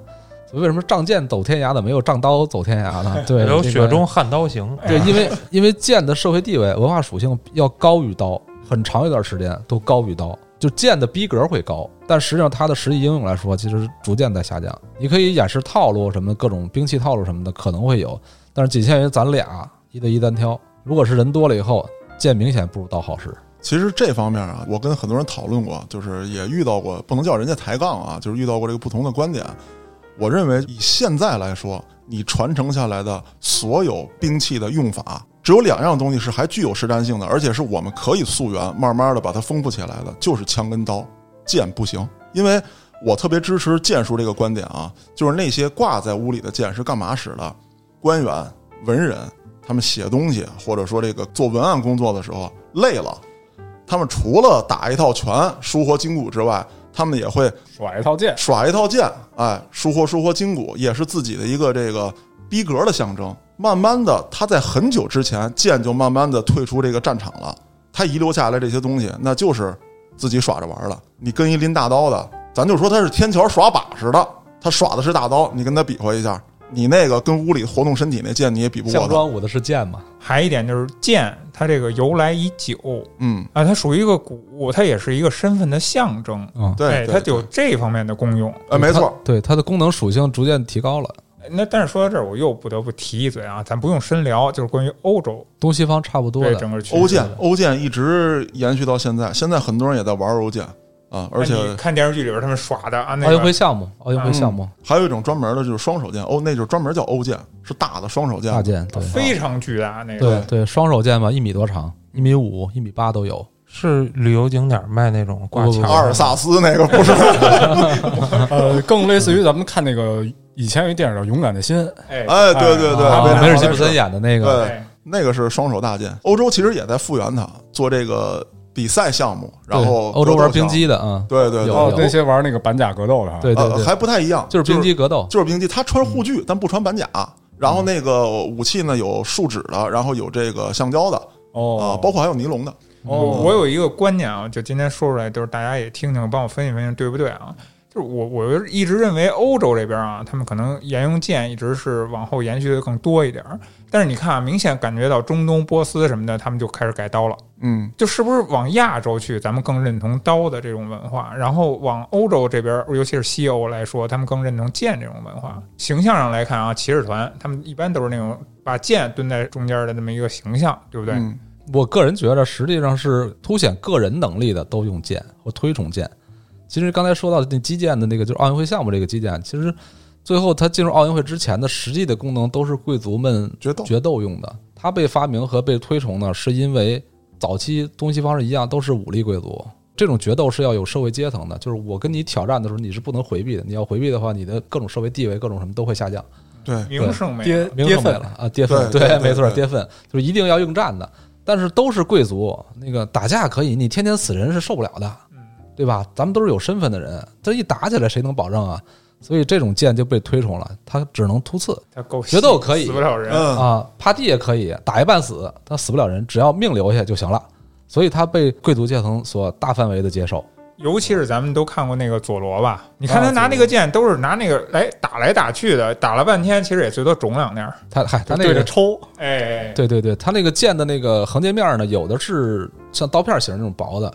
所以为什么仗剑走天涯的没有仗刀走天涯呢？ 对，
有
这个哎
雪中悍刀行，
对，因为因为剑的社会地位、文化属性要高于刀，很长一段时间都高于刀。就剑的逼格会高，但实际上它的实际应用来说，其实逐渐在下降。你可以演示套路什么的，各种兵器套路什么的可能会有，但是仅限于咱俩一对一单挑。如果是人多了以后，剑明显不如刀好使。
其实这方面啊，我跟很多人讨论过，就是也遇到过，不能叫人家抬杠啊，就是遇到过这个不同的观点。我认为以现在来说，你传承下来的所有兵器的用法，只有两样东西是还具有实战性的，而且是我们可以溯源，慢慢的把它丰富起来的，就是枪跟刀，剑不行。因为我特别支持剑术这个观点啊，就是那些挂在屋里的剑是干嘛使的？官员、文人他们写东西，或者说这个做文案工作的时候累了，他们除了打一套拳、舒活筋骨之外，他们也会
耍一套剑，
耍一套剑，哎，舒活舒活筋骨，也是自己的一个这个逼格的象征。慢慢的，他在很久之前，剑就慢慢的退出这个战场了。他遗留下来这些东西，那就是自己耍着玩儿了。你跟一拎大刀的，咱就说他是天桥耍把式的，他耍的是大刀，你跟他比划一下，你那个跟屋里活动身体那剑，你也比不过
项
他。
庄舞的是剑嘛？
还一点就是剑，它这个由来已久
嗯，
啊，它属于一个古物，它也是一个身份的象征。
嗯，
哎，
对，
它
对
有
对
这方面的功用。
呃，没错
它，，对它的功能属性逐渐提高了。
那但是说到这儿，我又不得不提一嘴啊，咱不用深聊，就是关于欧洲
东西方差不多
对
的，
整个趋势
欧剑，欧剑一直延续到现在，现在很多人也在玩欧剑啊，而且
那你看电视剧里边他们耍的啊，那
奥运
个
哎会项目，奥运会项目，
还有一种专门的就是双手剑，欧那就是专门叫欧剑，是大的双手剑
大，剑，对
非常巨大那个
对对，双手剑嘛，一米多长，一米五、一米八都有。
是旅游景点卖那种挂
不不
墙
不
上的。
阿尔萨斯那个不是？
呃，更类似于咱们看那个以前有一电影叫《勇敢的心》，
哎
哎，对对对，
啊
没
啊
错
梅尔吉普森演的那个，
对，那个是双手大剑。欧洲其实也在复原它，做这个比赛项目，然
对
后
欧洲
格斗
玩冰
项目，
激的啊，
对对
有
对，
哦，
有
那些玩那个板甲格斗的哈，
对对
呃，
对，
还不太一样，
就是冰嗯激格斗，
就是冰激，他穿护具，但不穿板甲。然
嗯
后那个武器呢，有树脂的，然后有这个橡胶的啊
哦，，
包括还有尼龙的。
哦
我我有一个观念啊，就今天说出来，就是大家也听听，帮我分析分析，对不对啊？就是我我一直认为欧洲这边啊，他们可能沿用剑一直是往后延续的更多一点儿。但是你看啊，明显感觉到中东、波斯什么的，他们就开始改刀了。
嗯，
就是不是往亚洲去，咱们更认同刀的这种文化，然后往欧洲这边，尤其是西欧来说，他们更认同剑这种文化。形象上来看啊，骑士团他们一般都是那种把剑蹲在中间的那么一个形象，对不对？
嗯
我个人觉着，实际上是凸显个人能力的都用剑或推崇剑。其实刚才说到那击剑的那个，就是奥运会项目这个击剑，其实最后它进入奥运会之前的实际的功能都是贵族们
决斗，
决斗用的。它被发明和被推崇呢，是因为早期东西方是一样，都是武力贵族。这种决斗是要有社会阶层的，就是我跟你挑战的时候，你是不能回避的。你要回避的话，你的各种社会地位、各种什么都会下降。
对，
名声没有
跌
名
跌
声没
份
了啊，跌份，
对对对
没错，
对
跌份就是一定要应战的。但是都是贵族，那个打架可以，你天天死人是受不了的，
嗯
对吧？咱们都是有身份的人，这一打起来谁能保证啊？所以这种剑就被推崇了，它只能突刺
他够
决斗可以
死不了人。
嗯，
啊，趴地也可以，打一半死，他死不了人，只要命留下就行了。所以它被贵族阶层所大范围的接受。
尤其是咱们都看过那个佐罗吧？你看他拿那个剑，都是拿那个来打来打去的，打了半天，其实也最多肿两下。
他嗨，他那
对
个
着抽，
哎，
对对对，它那个剑的那个横截面呢，有的是像刀片型那种薄的，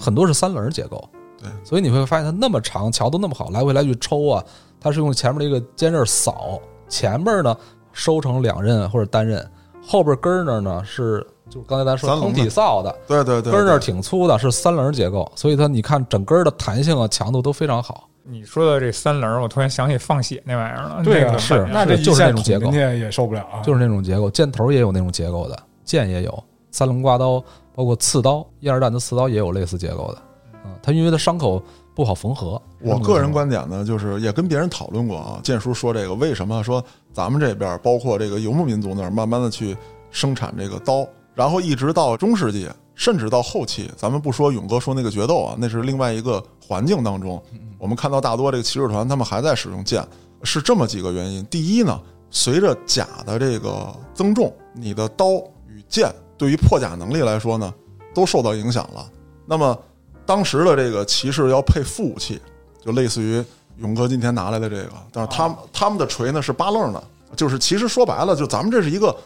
很多是三棱结构。
对，
所以你会发现它那么长，桥都那么好，来回来去抽啊，它是用前面的一个尖刃扫，前面呢收成两刃或者单刃，后边根儿那儿呢是就刚才咱说
三
通
棱的
体扫的，
对对对，
根儿那儿
对
挺粗的，是三棱结构，所以它你看整根儿的弹性啊、强度都非常好。
你说的这三棱儿，我突然想起放血那玩意儿了。
对
那
啊，
个
是
那这一
就是那
下
种
捅
结构
进去也受不了啊，
就是那种结构，箭头也有那种结构的，剑也有，三棱刮刀，包括刺刀，一二弹的刺刀也有类似结构的。嗯，它因为它伤口不好缝合。
我个人
观
观点呢，就是也跟别人讨论过啊。建叔说这个为什么说咱们这边儿包括这个游牧民族那儿，慢慢的去生产这个刀，然后一直到中世纪，甚至到后期，咱们不说勇哥说那个决斗啊，那是另外一个环境当中，我们看到大多这个骑士团他们还在使用剑，是这么几个原因。第一呢，随着甲的这个增重，你的刀与剑对于破甲能力来说呢，都受到影响了。那么当时的这个骑士要配副武器，就类似于勇哥今天拿来的这个，但是他们、他们的锤呢是八棱的，就是其实说白了，就咱们这是一个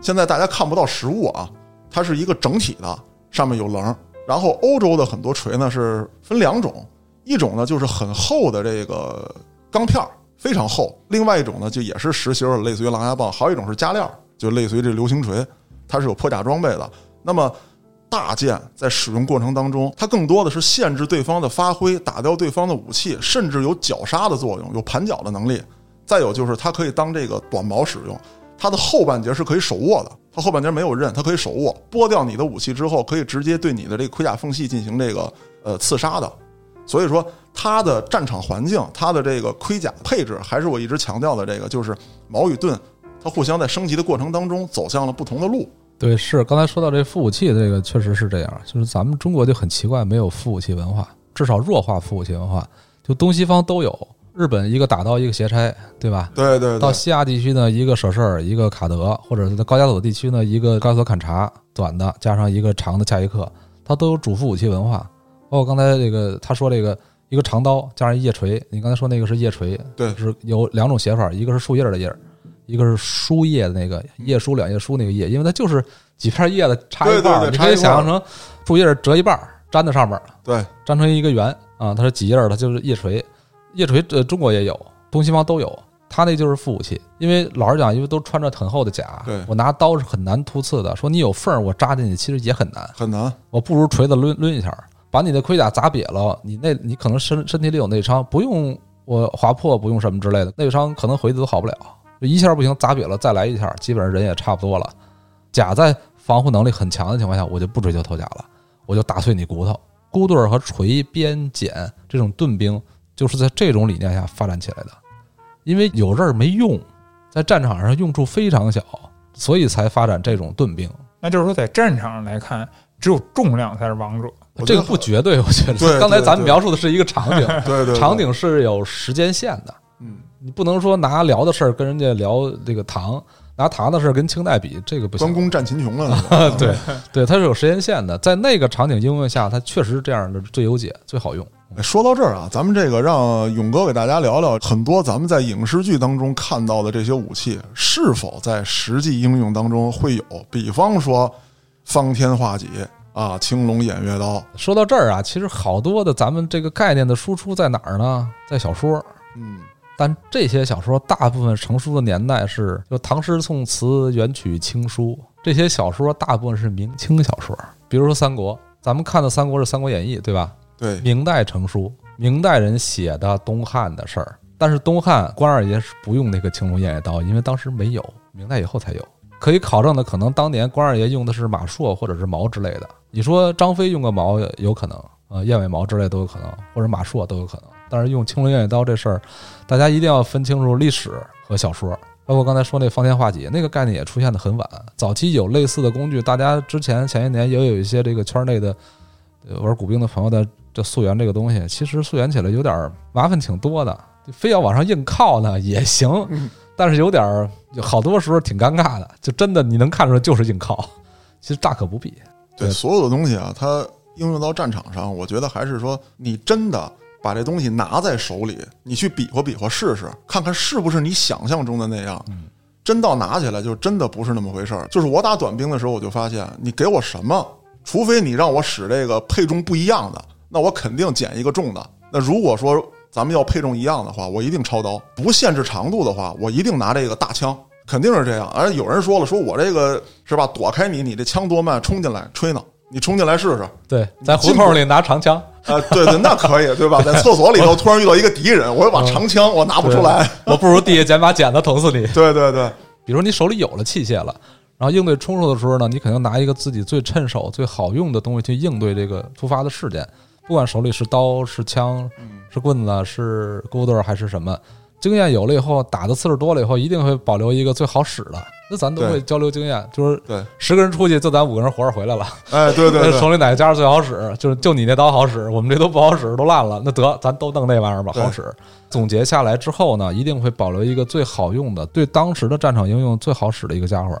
现在大家看不到实物啊，它是一个整体的，上面有棱。然后欧洲的很多锤呢是分两种，一种呢就是很厚的这个钢片儿，非常厚；另外一种呢就也是实心儿，类似于狼牙棒；还有一种是加料，就类似于这流行锤，它是有破甲装备的。那么大剑在使用过程当中，它更多的是限制对方的发挥，打掉对方的武器，甚至有绞杀的作用，有盘绞的能力。再有就是它可以当这个短矛使用，它的后半截是可以手握的，它后半截没有刃，它可以手握。剥掉你的武器之后，可以直接对你的这个盔甲缝隙进行这个呃刺杀的。所以说，它的战场环境，它的这个盔甲配置，还是我一直强调的这个，就是矛与盾，它互相在升级的过程当中走向了不同的路。
对，是刚才说到这副武器，这个确实是这样，就是咱们中国就很奇怪，没有副武器文化，至少弱化副武器文化，就东西方都有。日本一个打刀，一个斜拆，对吧？
对对
到
对，
西亚地区呢，一个舍舍尔，一个卡德，或者是在高加索地区呢，一个高加索砍茶，短的加上一个长的恰伊克，它都有主副武器文化。包括刚才这个他说这个一个长刀加上一叶锤，你刚才说那个是叶锤，
对
是有两种写法，一个是树叶的叶儿，一个是书叶的那个叶书两叶书那个叶，因为它就是几片叶子插一块儿，
对对对
你
插
可以
一块
想象
儿
成树叶折一半儿粘在上面，
对，
粘成一个圆啊，它是几叶儿的，就是叶锤。叶锤呃，中国也有，东西方都有。它那就是副武器，因为老实讲，因为都穿着很厚的甲
对，
我拿刀是很难突刺的。说你有缝儿，我扎进去其实也很难。
很难。
我不如锤子抡抡一下儿，把你的盔甲砸瘪了，你那你可能身身体里有内伤，不用我划破，不用什么之类的，内伤可能回去都好不了。就一下不行，砸瘪了再来一下，基本上人也差不多了。甲在防护能力很强的情况下，我就不追求头甲了，我就打碎你骨头。孤盾儿和锤、鞭、锏这种盾兵，就是在这种理念下发展起来的。因为有刃儿没用，在战场上用处非常小，所以才发展这种盾兵。
那就是说，在战场上来看，只有重量才是王者。
我
这
觉
个
得
不绝对，我觉
对
得。
对
刚才咱们描述的是一个场景，
对对对，
场景是有时间线的，
嗯，
你不能说拿聊的事儿跟人家聊这个糖，拿糖的事儿跟清代比，这个不
关
行。
公战秦琼啊了， 那个
对，它是有时间线的，在那个场景应用下，它确实是这样的最优解，最好用。
哎说到这儿啊，咱们这个让勇哥给大家聊聊很多咱们在影视剧当中看到的这些武器，是否在实际应用当中会有？比方说方天画戟啊，青龙偃月刀，
说到这儿啊，其实好多的咱们这个概念的输出在哪儿呢？在小说，
嗯，
但这些小说大部分成书的年代是就唐诗宋词元曲清书，这些小说大部分是明清小说，比如说三国，咱们看的三国是《三国演义》，对吧？
对，
明代成书，明代人写的东汉的事儿。但是东汉关二爷是不用那个青龙偃月刀，因为当时没有，明代以后才有。可以考证的，可能当年关二爷用的是马槊或者是矛之类的。你说张飞用个矛有可能，呃，燕尾矛之类都有可能，或者马槊都有可能。但是用青龙偃月刀这事儿，大家一定要分清楚历史和小说。包括刚才说那方天画戟那个概念也出现的很晚，早期有类似的工具，大家之前前些年也有一些这个圈内的呃玩古兵的朋友在这溯源这个东西，其实溯源起来有点儿麻烦挺多的，就非要往上硬靠呢也行， 但是有点儿有好多时候挺尴尬的，就真的你能看出来就是硬靠，其实大可不必。
对
对
所有的东西啊，它应用到战场上，我觉得还是说你真的把这东西拿在手里，你去比划比划试试，看看是不是你想象中的那样。真到拿起来，就真的不是那么回事儿。就是我打短兵的时候，我就发现，你给我什么，除非你让我使这个配重不一样的，那我肯定捡一个重的。那如果说咱们要配重一样的话，我一定抄刀；不限制长度的话，我一定拿这个大枪。肯定是这样。而有人说了，说我这个是吧，躲开你，你这枪多慢，冲进来吹呢，你冲进来试试啊、
对，在胡同里拿长枪，
对对，那可以，对吧？在厕所里头突然遇到一个敌人，我有把长枪，我拿不出来。
我不如地下捡把剪子捅死你。
对对对，
比如你手里有了器械了，然后应对冲突的时候呢，你肯定拿一个自己最趁手、最好用的东西去应对这个突发的事件，不管手里是刀、是枪、
嗯
是棍子、是钩盾儿还是什么。经验有了以后，打的次数多了以后，一定会保留一个最好使的。那咱都
对
会交流经验，就是
对
十个人出去，就咱五个人活着回来了。
哎，对对对，
手里哪个家伙最好使？就是就你那刀好使，我们这都不好使，都烂了。那得咱都弄那玩意儿吧，
对
好使。总结下来之后呢，一定会保留一个最好用的，对当时的战场应用最好使的一个家伙。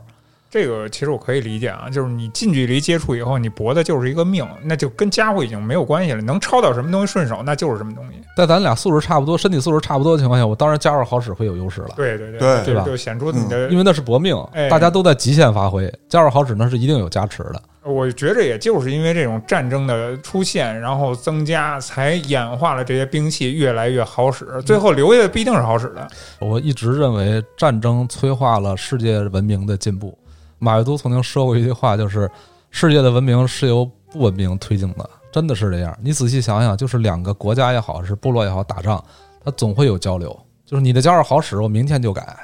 这个其实我可以理解啊，就是你近距离接触以后，你搏的就是一个命，那就跟家伙已经没有关系了。能抄到什么东西顺手，那就是什么东西。
在咱俩素质差不多、身体素质差不多的情况下，我当然家伙好使会有优势了，
对对对，
对
对吧嗯
就就显出你的。
因为那是搏命
哎，
大家都在极限发挥，家伙好使那是一定有加持的。
我觉着也就是因为这种战争的出现，然后增加，才演化了这些兵器越来越好使，最
嗯
后留下的必定是好使的。
我一直认为战争催化了世界文明的进步。马未都曾经说过一句话，就是世界的文明是由不文明推进的，真的是这样。你仔细想想，就是两个国家也好，是部落也好，打仗，它总会有交流。就是你的家伙好使，我明天就改，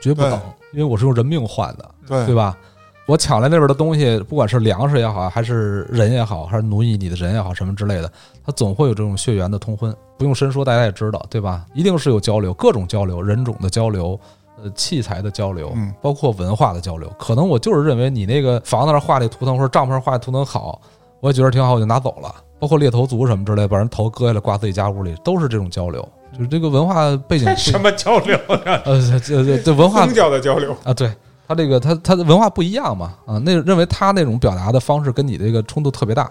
绝不等因
对，
为我是用人命换的，对
对
吧？我抢来那边的东西，不管是粮食也好，还是人也好，还是奴役你的人也好，什么之类的，它总会有这种血缘的通婚。不用深说，大家也知道，对吧？一定是有交流，各种交流，人种的交流，呃，器材的交流
嗯，
包括文化的交流。可能我就是认为你那个房子上画那图腾，或者帐篷上画的图腾好，我也觉得挺好，我就拿走了。包括猎头族什么之类的，把人头割下来挂自己家屋里，都是这种交流。就是这个文化背景 不一，
什么交流？
呃，这这这文化
宗教的交流，
啊，对他这个他他的文化不一样嘛啊，那认为他那种表达的方式跟你这个冲突特别大，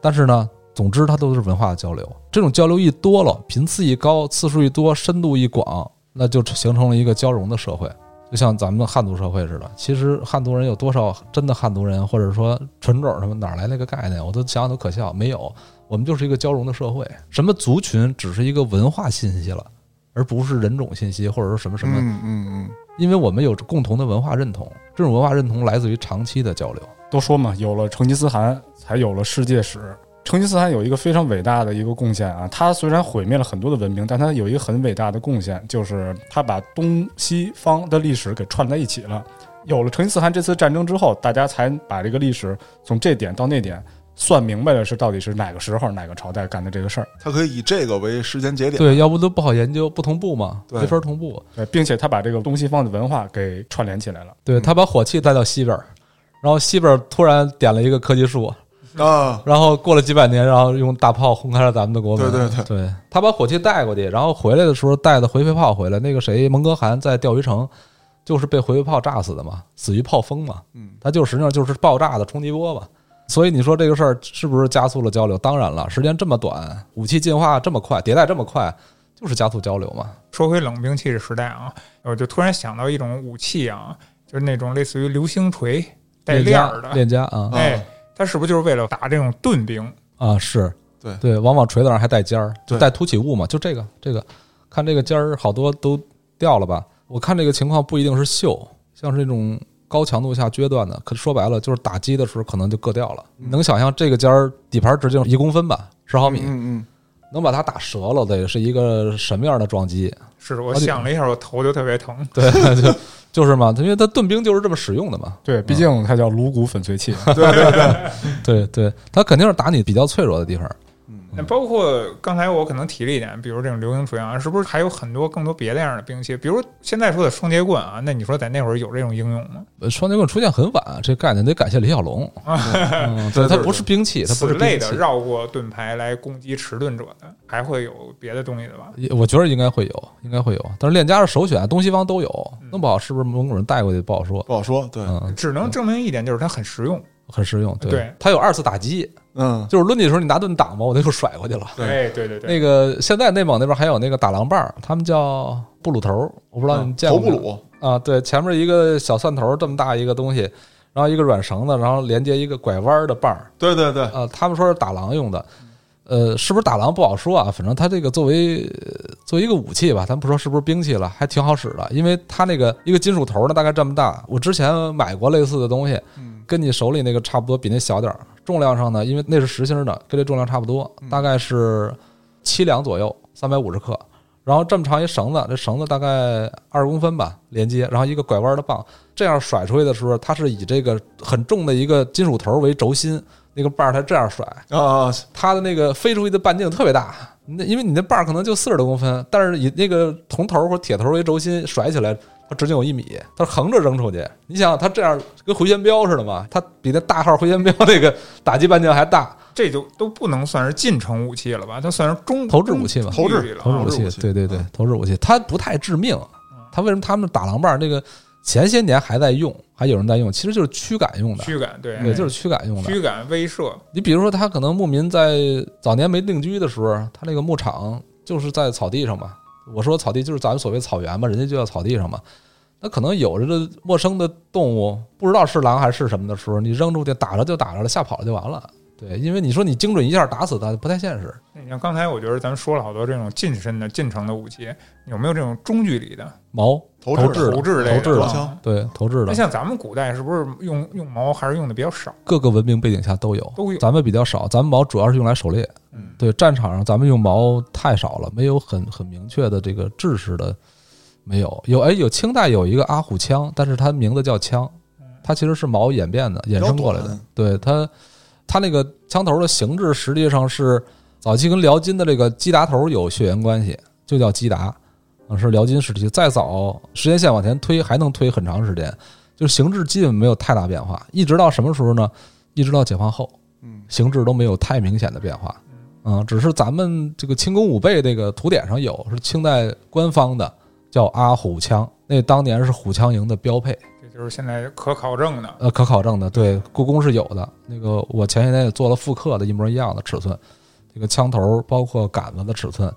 但是呢，总之它都是文化的交流，这种交流一多了，频次一高，次数一多，深度一广，那就形成了一个交融的社会。就像咱们汉族社会似的，其实汉族人有多少真的汉族人，或者说纯种什么哪儿来那个概念，我都想想都可笑。没有，我们就是一个交融的社会，什么族群只是一个文化信息了，而不是人种信息，或者说什么什么
嗯嗯嗯，
因为我们有着共同的文化认同，这种文化认同来自于长期的交流。
都说嘛，有了成吉思汗，才有了世界史。成吉思汗有一个非常伟大的一个贡献啊，他虽然毁灭了很多的文明，但他有一个很伟大的贡献，就是他把东西方的历史给串在一起了。有了成吉思汗这次战争之后，大家才把这个历史从这点到那点算明白了，是到底是哪个时候哪个朝代干的这个事儿。
它可以以这个为时间节点。
对，要不都不好研究，不同步嘛，
对
没法同步。
对，并且他把这个东西方的文化给串联起来了。
对他把火器带到西边儿，然后西边儿突然点了一个科技树，
啊，
然后过了几百年，然后用大炮轰开了咱们的国门。
对对
对他把火器带过去，然后回来的时候带的回回炮回来。那个谁，蒙哥汗在钓鱼城就是被回回炮炸死的嘛，死于炮风嘛。
嗯，
他就实际上就是爆炸的冲击波嘛。所以你说这个事儿是不是加速了交流？当然了，时间这么短，武器进化这么快，迭代这么快，就是加速交流嘛。
说回冷兵器的时代啊，我就突然想到一种武器啊，就是那种类似于流星锤带链
家
儿的，
链家啊
啊
哎，它是不是就是为了打这种盾兵？
啊是，
对
对，往往锤子上还带尖儿，就
对
带凸起物嘛，就这个这个，看这个尖儿好多都掉了吧？我看这个情况不一定是锈，像是那种高强度下撅断的，可说白了就是打击的时候可能就硌掉了。你能想象这个尖儿底盘直径一公分吧，十毫米，
嗯嗯
能把它打折了，得是一个什么样的撞击？
是我
而且
想了一下，我头就特别疼。
对，就就是嘛，因为它盾兵就是这么使用的嘛。
对，毕竟它叫颅骨粉碎器。
对对，它肯定是打你比较脆弱的地方。
那包括刚才我可能提了一点，比如这种流星锤啊，是不是还有很多更多别的样的兵器？比如现在说的双截棍啊，那你说在那会儿有这种应用吗？
呃双截棍出现很晚，这概念得感谢李小龙。嗯，对，它不是兵器，它不
此
是
类
兵
的
器。
绕过盾牌来攻击迟钝者的，还会有别的东西的吧？
也我觉得应该会有，应该会有。但是链家是首选，东西方都有，弄不好是不是蒙古人带过去不好说。
不好说，对，
嗯，
只能证明一点，就是它很实用。
很实用。
对
它有二次打击，
嗯，
就是抡你的时候你拿盾挡嘛，我那就甩过去了。
对
哎，对对 对，
那个现在内蒙那边还有那个打狼棒儿，他们叫布鲁头儿，我不知道你们见
头
过
布
没有
鲁，
啊，对，前面一个小蒜头这么大一个东西，然后一个软绳子，然后连接一个拐弯的棒儿。
对对对，
呃，他们说是打狼用的，呃，是不是打狼不好说啊。反正它这个作为呃作为一个武器吧，咱不说是不是兵器了，还挺好使的，因为它那个一个金属头呢，大概这么大。我之前买过类似的东西，跟你手里那个差不多，比那小点儿。重量上呢，因为那是实心儿的，跟这重量差不多，大概是七两左右，三百五十克。然后这么长一绳子，这绳子大概二公分吧，连接，然后一个拐弯的棒，这样甩出去的时候，它是以这个很重的一个金属头为轴心，那个棒儿它这样甩，
啊，
它的那个飞出去的半径特别大。那因为你那棒儿可能就四十多公分，但是以那个铜头儿或者铁头儿为轴心甩起来，它直径有一米，它是横着扔出去。你想，它这样跟回旋镖似的嘛？它比那大号回旋镖那个打击半径还大，
这就都不能算是近程武器了吧？它算是中
投掷武器吧
中
投掷
距离了啊
投掷武
投掷武
器，
器
对对对
嗯，
投掷武器，它不太致命。啊它为什么他们打狼棒儿这个前些年还在用，还有人在用？其实就是驱赶用的，
驱赶，对，
对，就是驱赶用的。
驱赶威慑，
你比如说，他可能牧民在早年没定居的时候，他那个牧场就是在草地上嘛。我说草地就是咱们所谓草原嘛，人家就叫草地上嘛。那可能有着陌生的动物，不知道是狼还是什么的时候，你扔出去打着就打着了，吓跑了就完了。对，因为你说你精准一下打死它不太现实。
你像刚才，我觉得咱们说了好多这种近身的、近程的武器，有没有这种中距离的
矛
投掷
投
的
掷的
投掷类的
投掷
投
的，
枪
对投掷
那
的，
像咱们古代是不是用用矛还是用的比较少？
各个文明背景下都有，
都有
咱们比较少，咱们矛主要是用来狩猎。
嗯
对，战场上咱们用矛太少了，没有很很明确的这个制式的，没有。有哎，有清代有一个阿虎枪，但是它名字叫枪，它其实是矛演变的，衍生过来
比较
的
短。
对它，它那个枪头的形制实际上是早期跟辽金的这个击达头有血缘关系，就叫击达，嗯是辽金时期。再早时间线往前推，还能推很长时间，就是形制基本没有太大变化，一直到什么时候呢？一直到解放后，
嗯，
形制都没有太明显的变化，嗯，只是咱们这个清宫武备这个图典上有，是清代官方的，叫阿虎枪，那当年是虎枪营的标配，
这就是现在可考证的。
呃，可考证的，对，故宫是有的。那个我前些天也做了复刻的，一模一样的尺寸，这个枪头包括杆子的尺寸，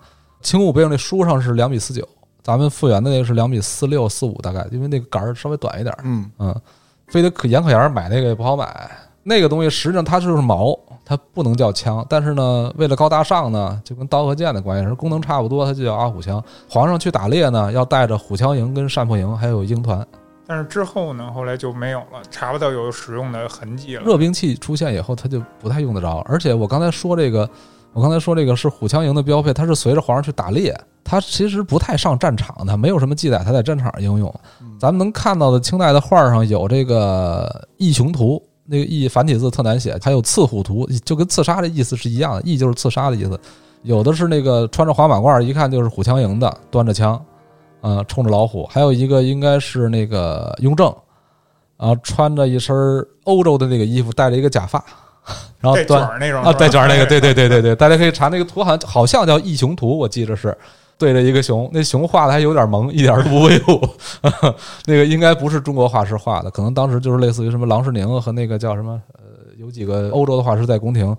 清武备用那书上是两米四九，咱们复原的那个是两米四六四五大概，因为那个杆儿稍微短一点儿，
嗯，
嗯，非得可眼可眼买那个也不好买。那个东西实际上它就是矛，它不能叫枪，但是呢，为了高大上呢，就跟刀和剑的关系是功能差不多，它就叫阿虎枪。皇上去打猎呢，要带着虎枪营、跟善破营还有鹰团。
但是之后呢，后来就没有了，查不到有使用的痕迹了。
热兵器出现以后，它就不太用得着。而且我刚才说这个，我刚才说这个是虎枪营的标配，它是随着皇上去打猎，它其实不太上战场的，没有什么记载它在战场上应用。咱们能看到的清代的画上有这个义雄图，那个义繁体字特难写，还有刺虎图，就跟刺杀的意思是一样的，义就是刺杀的意思。有的是那个穿着黄马褂，一看就是虎枪营的，端着枪，呃，冲着老虎；还有一个应该是那个雍正，啊，穿着一身儿欧洲的那个衣服，戴着一个假发，然后
带卷
端
儿那种
啊，带卷儿那个，
对。
对对对对对，大家可以查那个图，好像好像叫义雄图，我记着是对着一个熊，那熊画的还有点萌，一点儿都不威武。那个应该不是中国画师画的，可能当时就是类似于什么郎世宁和那个叫什么呃有几个欧洲的画师在宫廷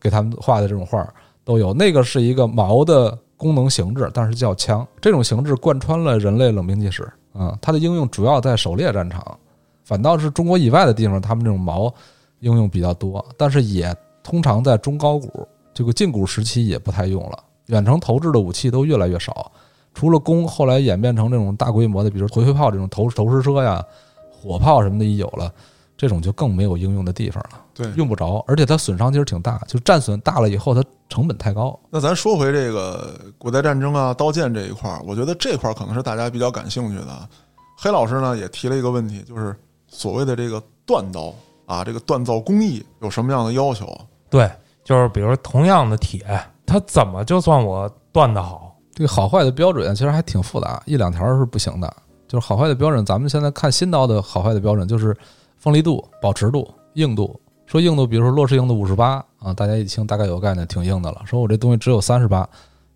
给他们画的这种画儿都有。那个是一个矛的功能形制，但是叫枪。这种形制贯穿了人类冷兵器史啊、嗯它的应用主要在狩猎战场，反倒是中国以外的地方，他们这种矛应用比较多，但是也通常在中高古这个近古时期也不太用了。远程投掷的武器都越来越少，除了弓，后来演变成这种大规模的，比如回回炮这种投投石车呀、火炮什么的，一有了，这种就更没有应用的地方了，
对，
用不着。而且它损伤其实挺大，就战损大了以后，它成本太高。
那咱说回这个古代战争啊、刀剑这一块儿，我觉得这块儿可能是大家比较感兴趣的啊。黑老师呢也提了一个问题，就是所谓的这个锻刀啊，这个锻造工艺有什么样的要求？啊
对，就是比如同样的铁，它怎么就算我锻的好？
这个好坏的标准其实还挺复杂，一两条是不行的。就是好坏的标准，咱们现在看新刀的好坏的标准就是锋利度、保持度、硬度。说硬度，比如说洛氏硬度五十八啊，大家一听大概有概念，挺硬的了。说我这东西只有三十八，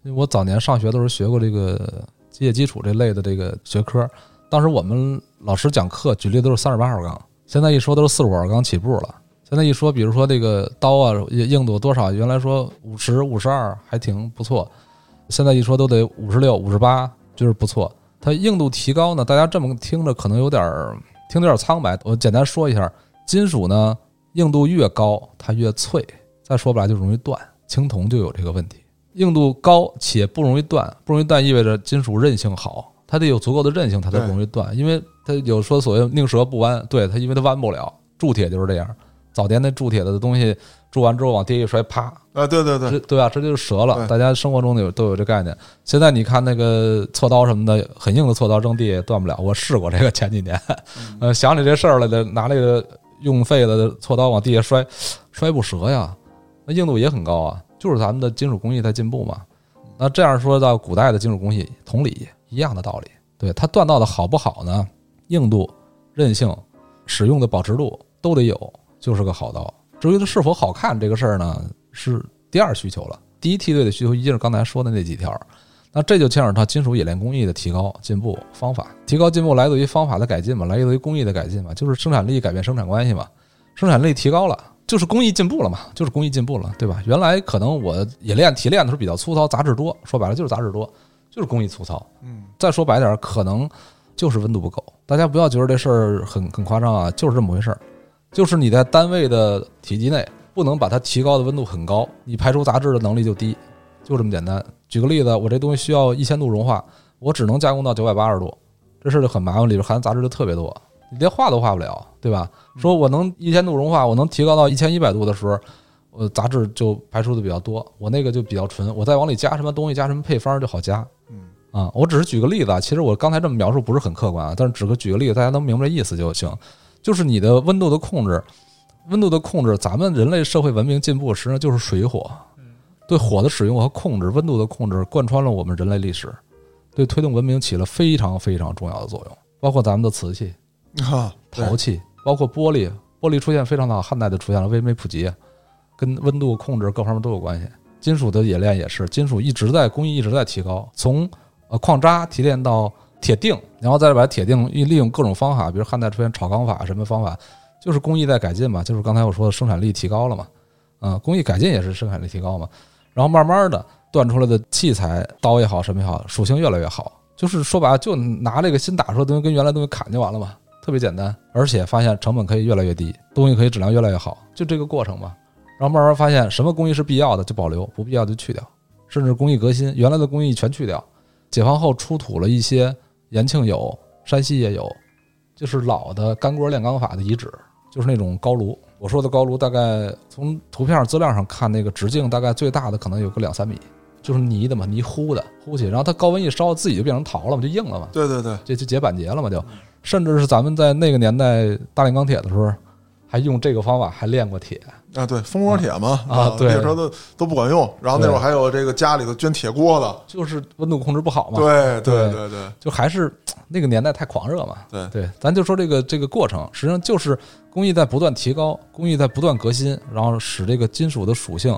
因为我早年上学的时候学过这个机械基础这类的这个学科，当时我们老师讲课举例都是三十八号钢，现在一说都是四十五号钢起步了。现在一说，比如说这个刀啊，硬度多少？原来说五十五十二还挺不错，现在一说都得五十六、五十八，就是不错。它硬度提高呢，大家这么听着可能有点儿听着有点苍白。我简单说一下，金属呢硬度越高，它越脆，再说白了就容易断。青铜就有这个问题，硬度高且不容易断，不容易断意味着金属韧性好，它得有足够的韧性，它才
对
不容易断。因为它有说所谓宁折不弯，对它因为它弯不了。铸铁就是这样，早年那铸铁的东西铸完之后往地下一摔，啪，
啊，对对对，
这对吧？这就是折了。
对
大家生活中有都有这概念。现在你看那个锉刀什么的，很硬的锉刀扔地也断不了。我试过这个前几年，
嗯
呃，想起这事儿来的，拿那个用废了的锉刀往地下摔，摔不折呀。那硬度也很高啊，就是咱们的金属工艺在进步嘛。
嗯
那这样说到古代的金属工艺，同理一样的道理。对它锻造的好不好呢？硬度、韧性、使用的保持度都得有，就是个好刀。至于它是否好看这个事儿呢，是第二需求了。第一梯队的需求一定是刚才说的那几条，那这就牵扯到金属冶炼工艺的提高、进步、方法。提高进步来自于方法的改进嘛，来自于工艺的改进嘛，就是生产力改变生产关系嘛。生产力提高了，就是工艺进步了嘛，就是工艺进步了，对吧？原来可能我冶炼提炼的时候比较粗糙，杂质多，说白了就是杂质多，就是工艺粗糙。
嗯，
再说白点，儿，可能就是温度不够。大家不要觉得这事儿很很夸张啊，就是这么回事儿，就是你在单位的体积内不能把它提高的温度很高，你排除杂质的能力就低，就这么简单。举个例子，我这东西需要一千度融化，我只能加工到九百八十度，这事儿就很麻烦，里边含杂质就特别多，你连化都化不了，对吧？说我能一千度融化，我能提高到一千一百度的时候。呃，杂质就排出的比较多，我那个就比较纯，我再往里加什么东西，加什么配方就好加。啊、我只是举个例子啊，其实我刚才这么描述不是很客观啊，但是只个举个例子，大家能明白这意思就行。就是你的温度的控制，温度的控制，咱们人类社会文明进步实际上就是水火，对火的使用和控制，温度的控制贯穿了我们人类历史，对推动文明起了非常非常重要的作用，包括咱们的瓷器、
啊，对
陶器，包括玻璃，玻璃出现非常早，汉代就出现了，为没普及，跟温度控制各方面都有关系。金属的冶炼也是，金属一直在工艺一直在提高，从呃矿渣提炼到铁锭，然后再把铁锭利用各种方法，比如汉代出现炒钢法什么方法，就是工艺在改进嘛，就是刚才我说的生产力提高了嘛，嗯、工艺改进也是生产力提高嘛，然后慢慢的锻出来的器材刀也好什么也好，属性越来越好，就是说白了就拿这个新打出来的东西跟原来东西砍就完了嘛，特别简单，而且发现成本可以越来越低，东西可以质量越来越好，就这个过程吧。然后慢慢发现什么工艺是必要的就保留，不必要就去掉，甚至工艺革新，原来的工艺全去掉。解放后出土了一些延庆有，山西也有，就是老的干锅炼钢法的遗址，就是那种高炉。我说的高炉，大概从图片资料上看，那个直径大概最大的可能有个两三米，就是泥的嘛，泥糊的糊起，然后它高温一烧，自己就变成陶了嘛，就硬了嘛。
对对对，
这就解板结了嘛，就，甚至是咱们在那个年代大炼钢铁的时候，还用这个方法还炼过铁，
啊对，蜂窝铁嘛，
啊对
列车都都不管用。然后那会儿还有这个家里头捐铁锅的，
就是温度控制不好嘛，
对
对
对对，
就还是那个年代太狂热嘛，
对
咱就说这个这个过程，实际上就是工艺在不断提高，工艺在不断革新，然后使这个金属的属性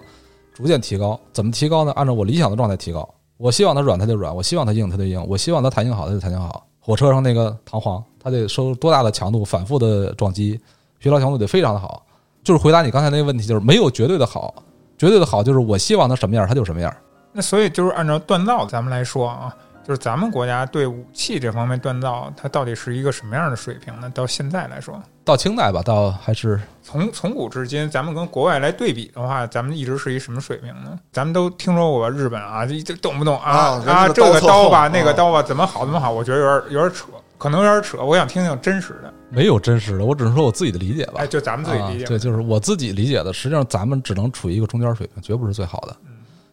逐渐提高。怎么提高呢？按照我理想的状态提高。我希望它软，它就软；我希望它硬，它就硬；我希望它弹性好，它就弹性好。火车上那个弹簧，它得受多大的强度反复的撞击，疲劳强度得非常的好，就是回答你刚才那个问题，就是没有绝对的好，绝对的好就是我希望它什么样，它就什么样。
那所以就是按照锻造咱们来说啊，就是咱们国家对武器这方面锻造，它到底是一个什么样的水平呢？到现在来说，
到清代吧，到还是
从从古至今，咱们跟国外来对比的话，咱们一直是一什么水平呢？咱们都听说过吧，日本啊，这这动不动啊
啊人家
这
刀
个
特
刀
厚
吧，
啊
那个刀吧，怎么好怎么好，我觉得有点有点扯，可能有点扯。我想听听真实的，
没有真实的，我只能说我自己的理解吧。
哎，就咱们自己理
啊。
解
对，就是我自己理解的。实际上，咱们只能处于一个中间水平，绝不是最好的。
嗯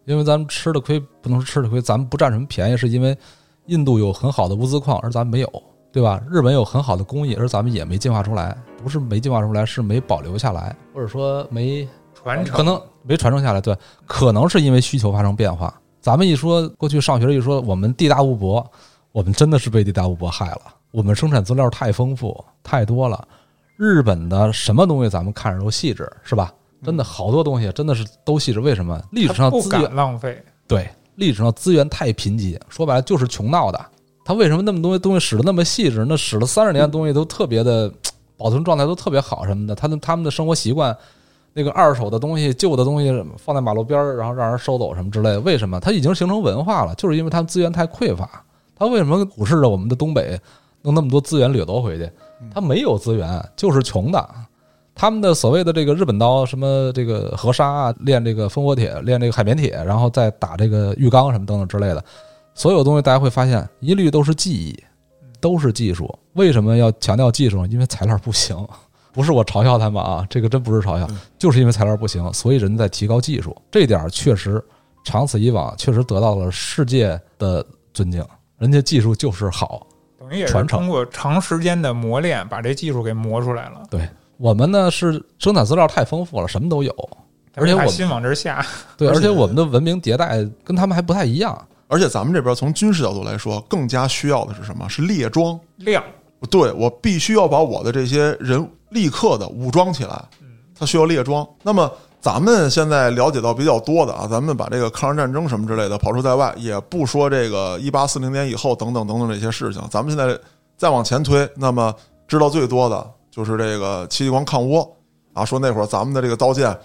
因为咱们吃的亏不能说吃的亏，咱们不占什么便宜，是因为印度有很好的钨丝矿，而咱们没有，对吧？日本有很好的工艺，而咱们也没进化出来。不是没进化出来，是没保留下来，或者说没
传承。
可能没传承下来。对，可能是因为需求发生变化。咱们一说过去上学一说我们地大物博，我们真的是被地大物博害了。我们生产资料太丰富太多了，日本的什么东西咱们看着都细致，是吧？真的好多东西真的是都细致。为什么？历史
他
上
嗯不
资源
敢浪费，
对历史上资源太贫瘠，说白了就是穷闹的。他为什么那么多东西使得那么细致？那使了三十年的东西都特别的保存状态都特别好什么的。他的他们的生活习惯，那个二手的东西、旧的东西放在马路边儿，然后让人收走什么之类的。为什么？它已经形成文化了，就是因为他们资源太匮乏。他为什么股市的我们的东北弄那么多资源掠夺回去？他没有资源，就是穷的。他们的所谓的这个日本刀，什么这个河沙啊，练这个烽火铁，练这个海绵铁，然后再打这个浴缸什么等等之类的，所有东西大家会发现，一律都是技艺，都是技术。为什么要强调技术呢？因为材料不行，不是我嘲笑他们啊，这个真不是嘲笑，
嗯
就是因为材料不行，所以人在提高技术，这点儿确实长此以往，确实得到了世界的尊敬。人家技术就是好，
等于也是
传承
通过长时间的磨练，把这技术给磨出来了。
我们呢是生产资料太丰富了，什么都有。而且
咱们
我
还
们
心往这儿下，
对，
而
而
且
且我们的文明迭代跟他们还不太一样。
而且咱们这边从军事角度来说，更加需要的是什么？是列装。
量
对我必须要把我的这些人立刻的武装起来，它需要列装。那么咱们现在了解到比较多的啊，咱们把这个抗日战争什么之类的刨除在外，也不说这个一八四零年以后等等等等这些事情。咱们现在再往前推，那么知道最多的就是这个戚继光抗倭啊，说那会儿咱们的这个刀剑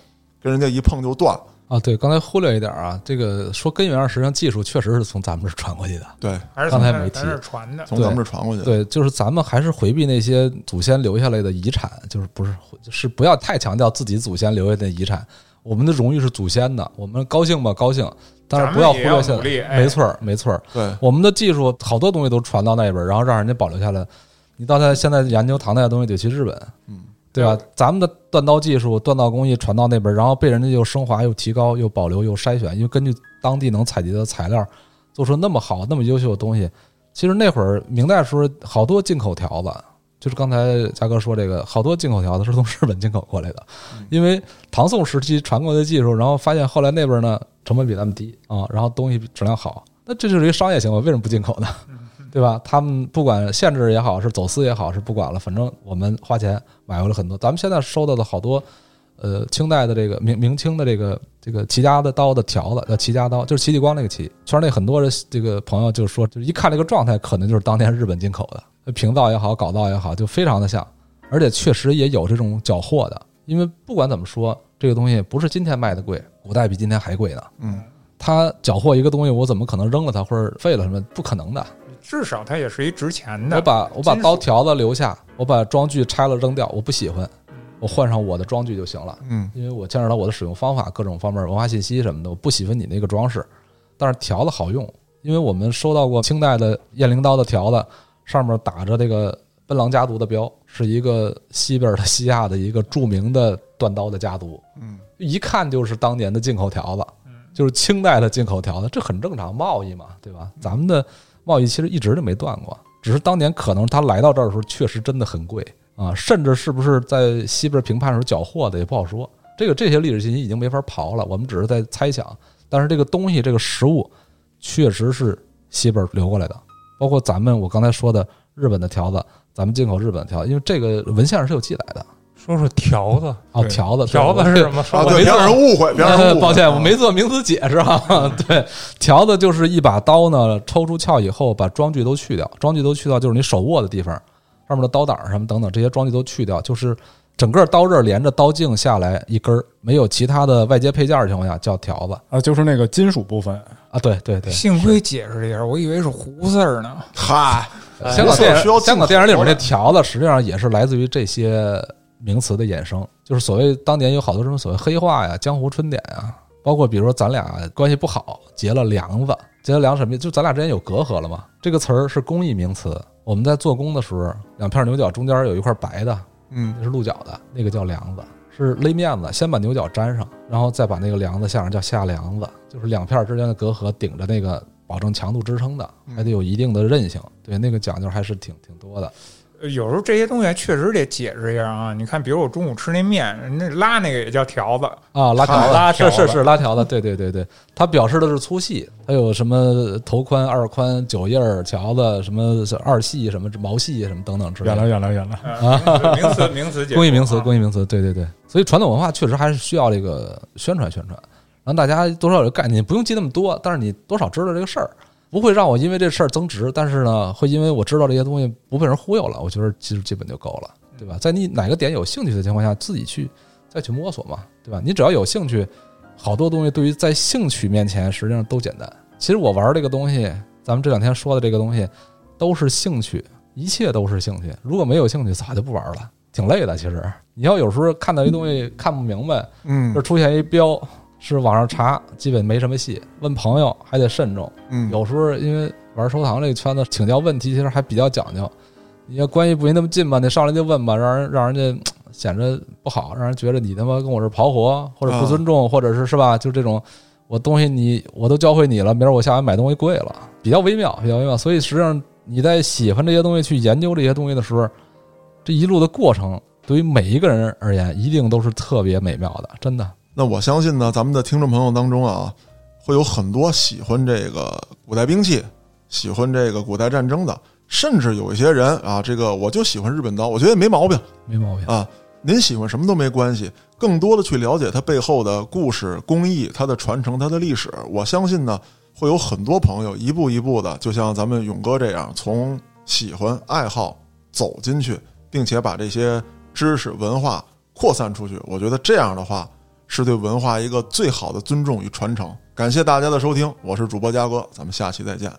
跟人家一碰就断，
啊，对，刚才忽略一点啊，这个说根源上，实际上技术确实是从咱们这儿传过去的。
对，
还是从
刚才
咱
没
咱
提
这儿传的。
从咱们这传过去。
对，就是咱们还是回避那些祖先留下来的遗产，就是不是是不要太强调自己祖先留下的遗产。我们的荣誉是祖先的，我们高兴吧高兴，但是不忽略现
咱们也要努力
在。
哎
没错儿，没错儿，
对
我们的技术好多东西都传到那边儿，然后让人家保留下来。你到在现在研究唐代的东西得去日本，
嗯，
对吧？咱们的锻刀技术、锻刀工艺传到那边儿，然后被人家又升华、又提高、又保留、又筛选，因为根据当地能采集的材料，做出那么好、那么优秀的东西。其实那会儿明代时候，好多进口条子，就是刚才嘉哥说这个，好多进口条子是从日本进口过来的，因为唐宋时期传过来的技术，然后发现后来那边呢成本比咱们低啊，然后东西质量好，那这就是一商业行为，为什么不进口呢？对吧？他们不管限制也好，是走私也好，是不管了，反正我们花钱买回来很多。咱们现在收到的好多，呃，清代的这个明明清的这个这个齐家的刀的条子，叫齐家刀，就是戚继光那个齐。圈内很多人这个朋友就说，就是一看这个状态，可能就是当年日本进口的，平造也好，镐造也好，就非常的像，而且确实也有这种缴获的。因为不管怎么说，这个东西不是今天卖的贵，古代比今天还贵呢。
嗯，
他缴获一个东西，我怎么可能扔了它或者废了什么？不可能的。
至少它也是一值钱的。
我把我把
金属
刀条子留下，我把装具拆了扔掉，我不喜欢，我换上我的装具就行了。
嗯，
因为我牵扯到我的使用方法、各种方面、文化信息什么的，我不喜欢你那个装饰。但是条子好用，因为我们收到过清代的雁翎刀的条子，上面打着这个奔狼家族的标，是一个西边的西亚的一个著名的断刀的家族。
嗯，
一看就是当年的进口条子，就是清代的进口条子，这很正常，贸易嘛，对吧？咱们的贸易其实一直就没断过，只是当年可能它来到这儿的时候确实真的很贵啊，甚至是不是在西边评判的时候缴获的也不好说。这个这些历史信息已经没法刨了，我们只是在猜想。但是这个东西，这个食物，确实是西边流过来的，包括咱们我刚才说的日本的条子，咱们进口日本的条子，因为这个文献上是有记载的。
说说条子，
哦，
对
条子，
条子是什么？说
啊，
我
对，
没
别
做
让人误 会，别让人误
呃，
会。
抱歉，
啊
我没做名词解释啊。 对，条子就是一把刀呢，抽出鞘以后，把装具都去掉，装具都去掉就是你手握的地方，上面的刀挡儿什么等等这些装具都去掉，就是整个刀刃连着刀茎下来一根儿，没有其他的外接配件儿的情况下叫条子
啊，就是那个金属部分，
啊。对对对，
幸亏解释了一下，我以为是胡丝儿呢。
嗨，
香港电
哎需要
影
进
香港电影里面
口的
那条子实际上也是来自于这些名词的衍生，就是所谓当年有好多什么所谓黑话呀、江湖春典呀，包括比如说咱俩关系不好，结了梁子，结了梁什么意思？就咱俩之间有隔阂了嘛。这个词儿是工艺名词，我们在做工的时候，两片牛角中间有一块白的，
嗯，
那是鹿角的，那个叫梁子，是勒面子，先把牛角粘上，然后再把那个梁子下上，叫下梁子，就是两片之间的隔阂顶着那个保证强度支撑的，还得有一定的韧性。对，那个讲究还是挺挺多的。
呃有时候这些东西确实得解释一下啊。你看，比如我中午吃那面，人家拉那个也叫条子，
啊，拉条
好
子，
拉条子
是是是拉条的，对对对对，它表示的是粗细，它有什么头宽、二宽、九叶儿、条子，什么是二细、什么毛细、什么等等之类
远
的
了。远了远了。
呃名词名词解释 啊
工艺名词，工艺名词，对对对。所以传统文化确实还是需要这个宣传宣传，让大家多少有个概念，不用记那么多，但是你多少知道这个事儿，不会让我因为这事儿增值，但是呢，会因为我知道这些东西不被人忽悠了，我觉得其实基本就够了，
嗯
对吧？在你哪个点有兴趣的情况下，自己去再去摸索嘛，对吧？你只要有兴趣，好多东西对于在兴趣面前实际上都简单。其实我玩这个东西，咱们这两天说的这个东西，都是兴趣，一切都是兴趣。如果没有兴趣，早就不玩了，挺累的。其实你要有时候看到一东西看不明白，
嗯
这出现一标，是网上查，基本没什么戏。问朋友还得慎重，
嗯，
有时候因为玩收藏这个圈子，请教问题其实还比较讲究。你要关系不没那么近吧，你上来就问吧，让人让人家显着不好，让人觉得你他妈跟我是跑火，或者不尊重，或者是是吧？就这种，我东西你我都教会你了，明儿我下回买东西贵了，比较微妙，比较微妙。所以实际上你在喜欢这些东西、去研究这些东西的时候，这一路的过程对于每一个人而言，一定都是特别美妙的，真的。
那我相信呢，咱们的听众朋友当中啊，会有很多喜欢这个古代兵器、喜欢这个古代战争的，甚至有一些人啊，这个我就喜欢日本刀，我觉得也没毛病
没毛病，
啊。您喜欢什么都没关系，更多的去了解它背后的故事、工艺、它的传承、它的历史。我相信呢，会有很多朋友一步一步的，就像咱们勇哥这样，从喜欢、爱好走进去，并且把这些知识、文化扩散出去。我觉得这样的话，是对文化一个最好的尊重与传承。感谢大家的收听，我是主播嘉哥，咱们下期再见。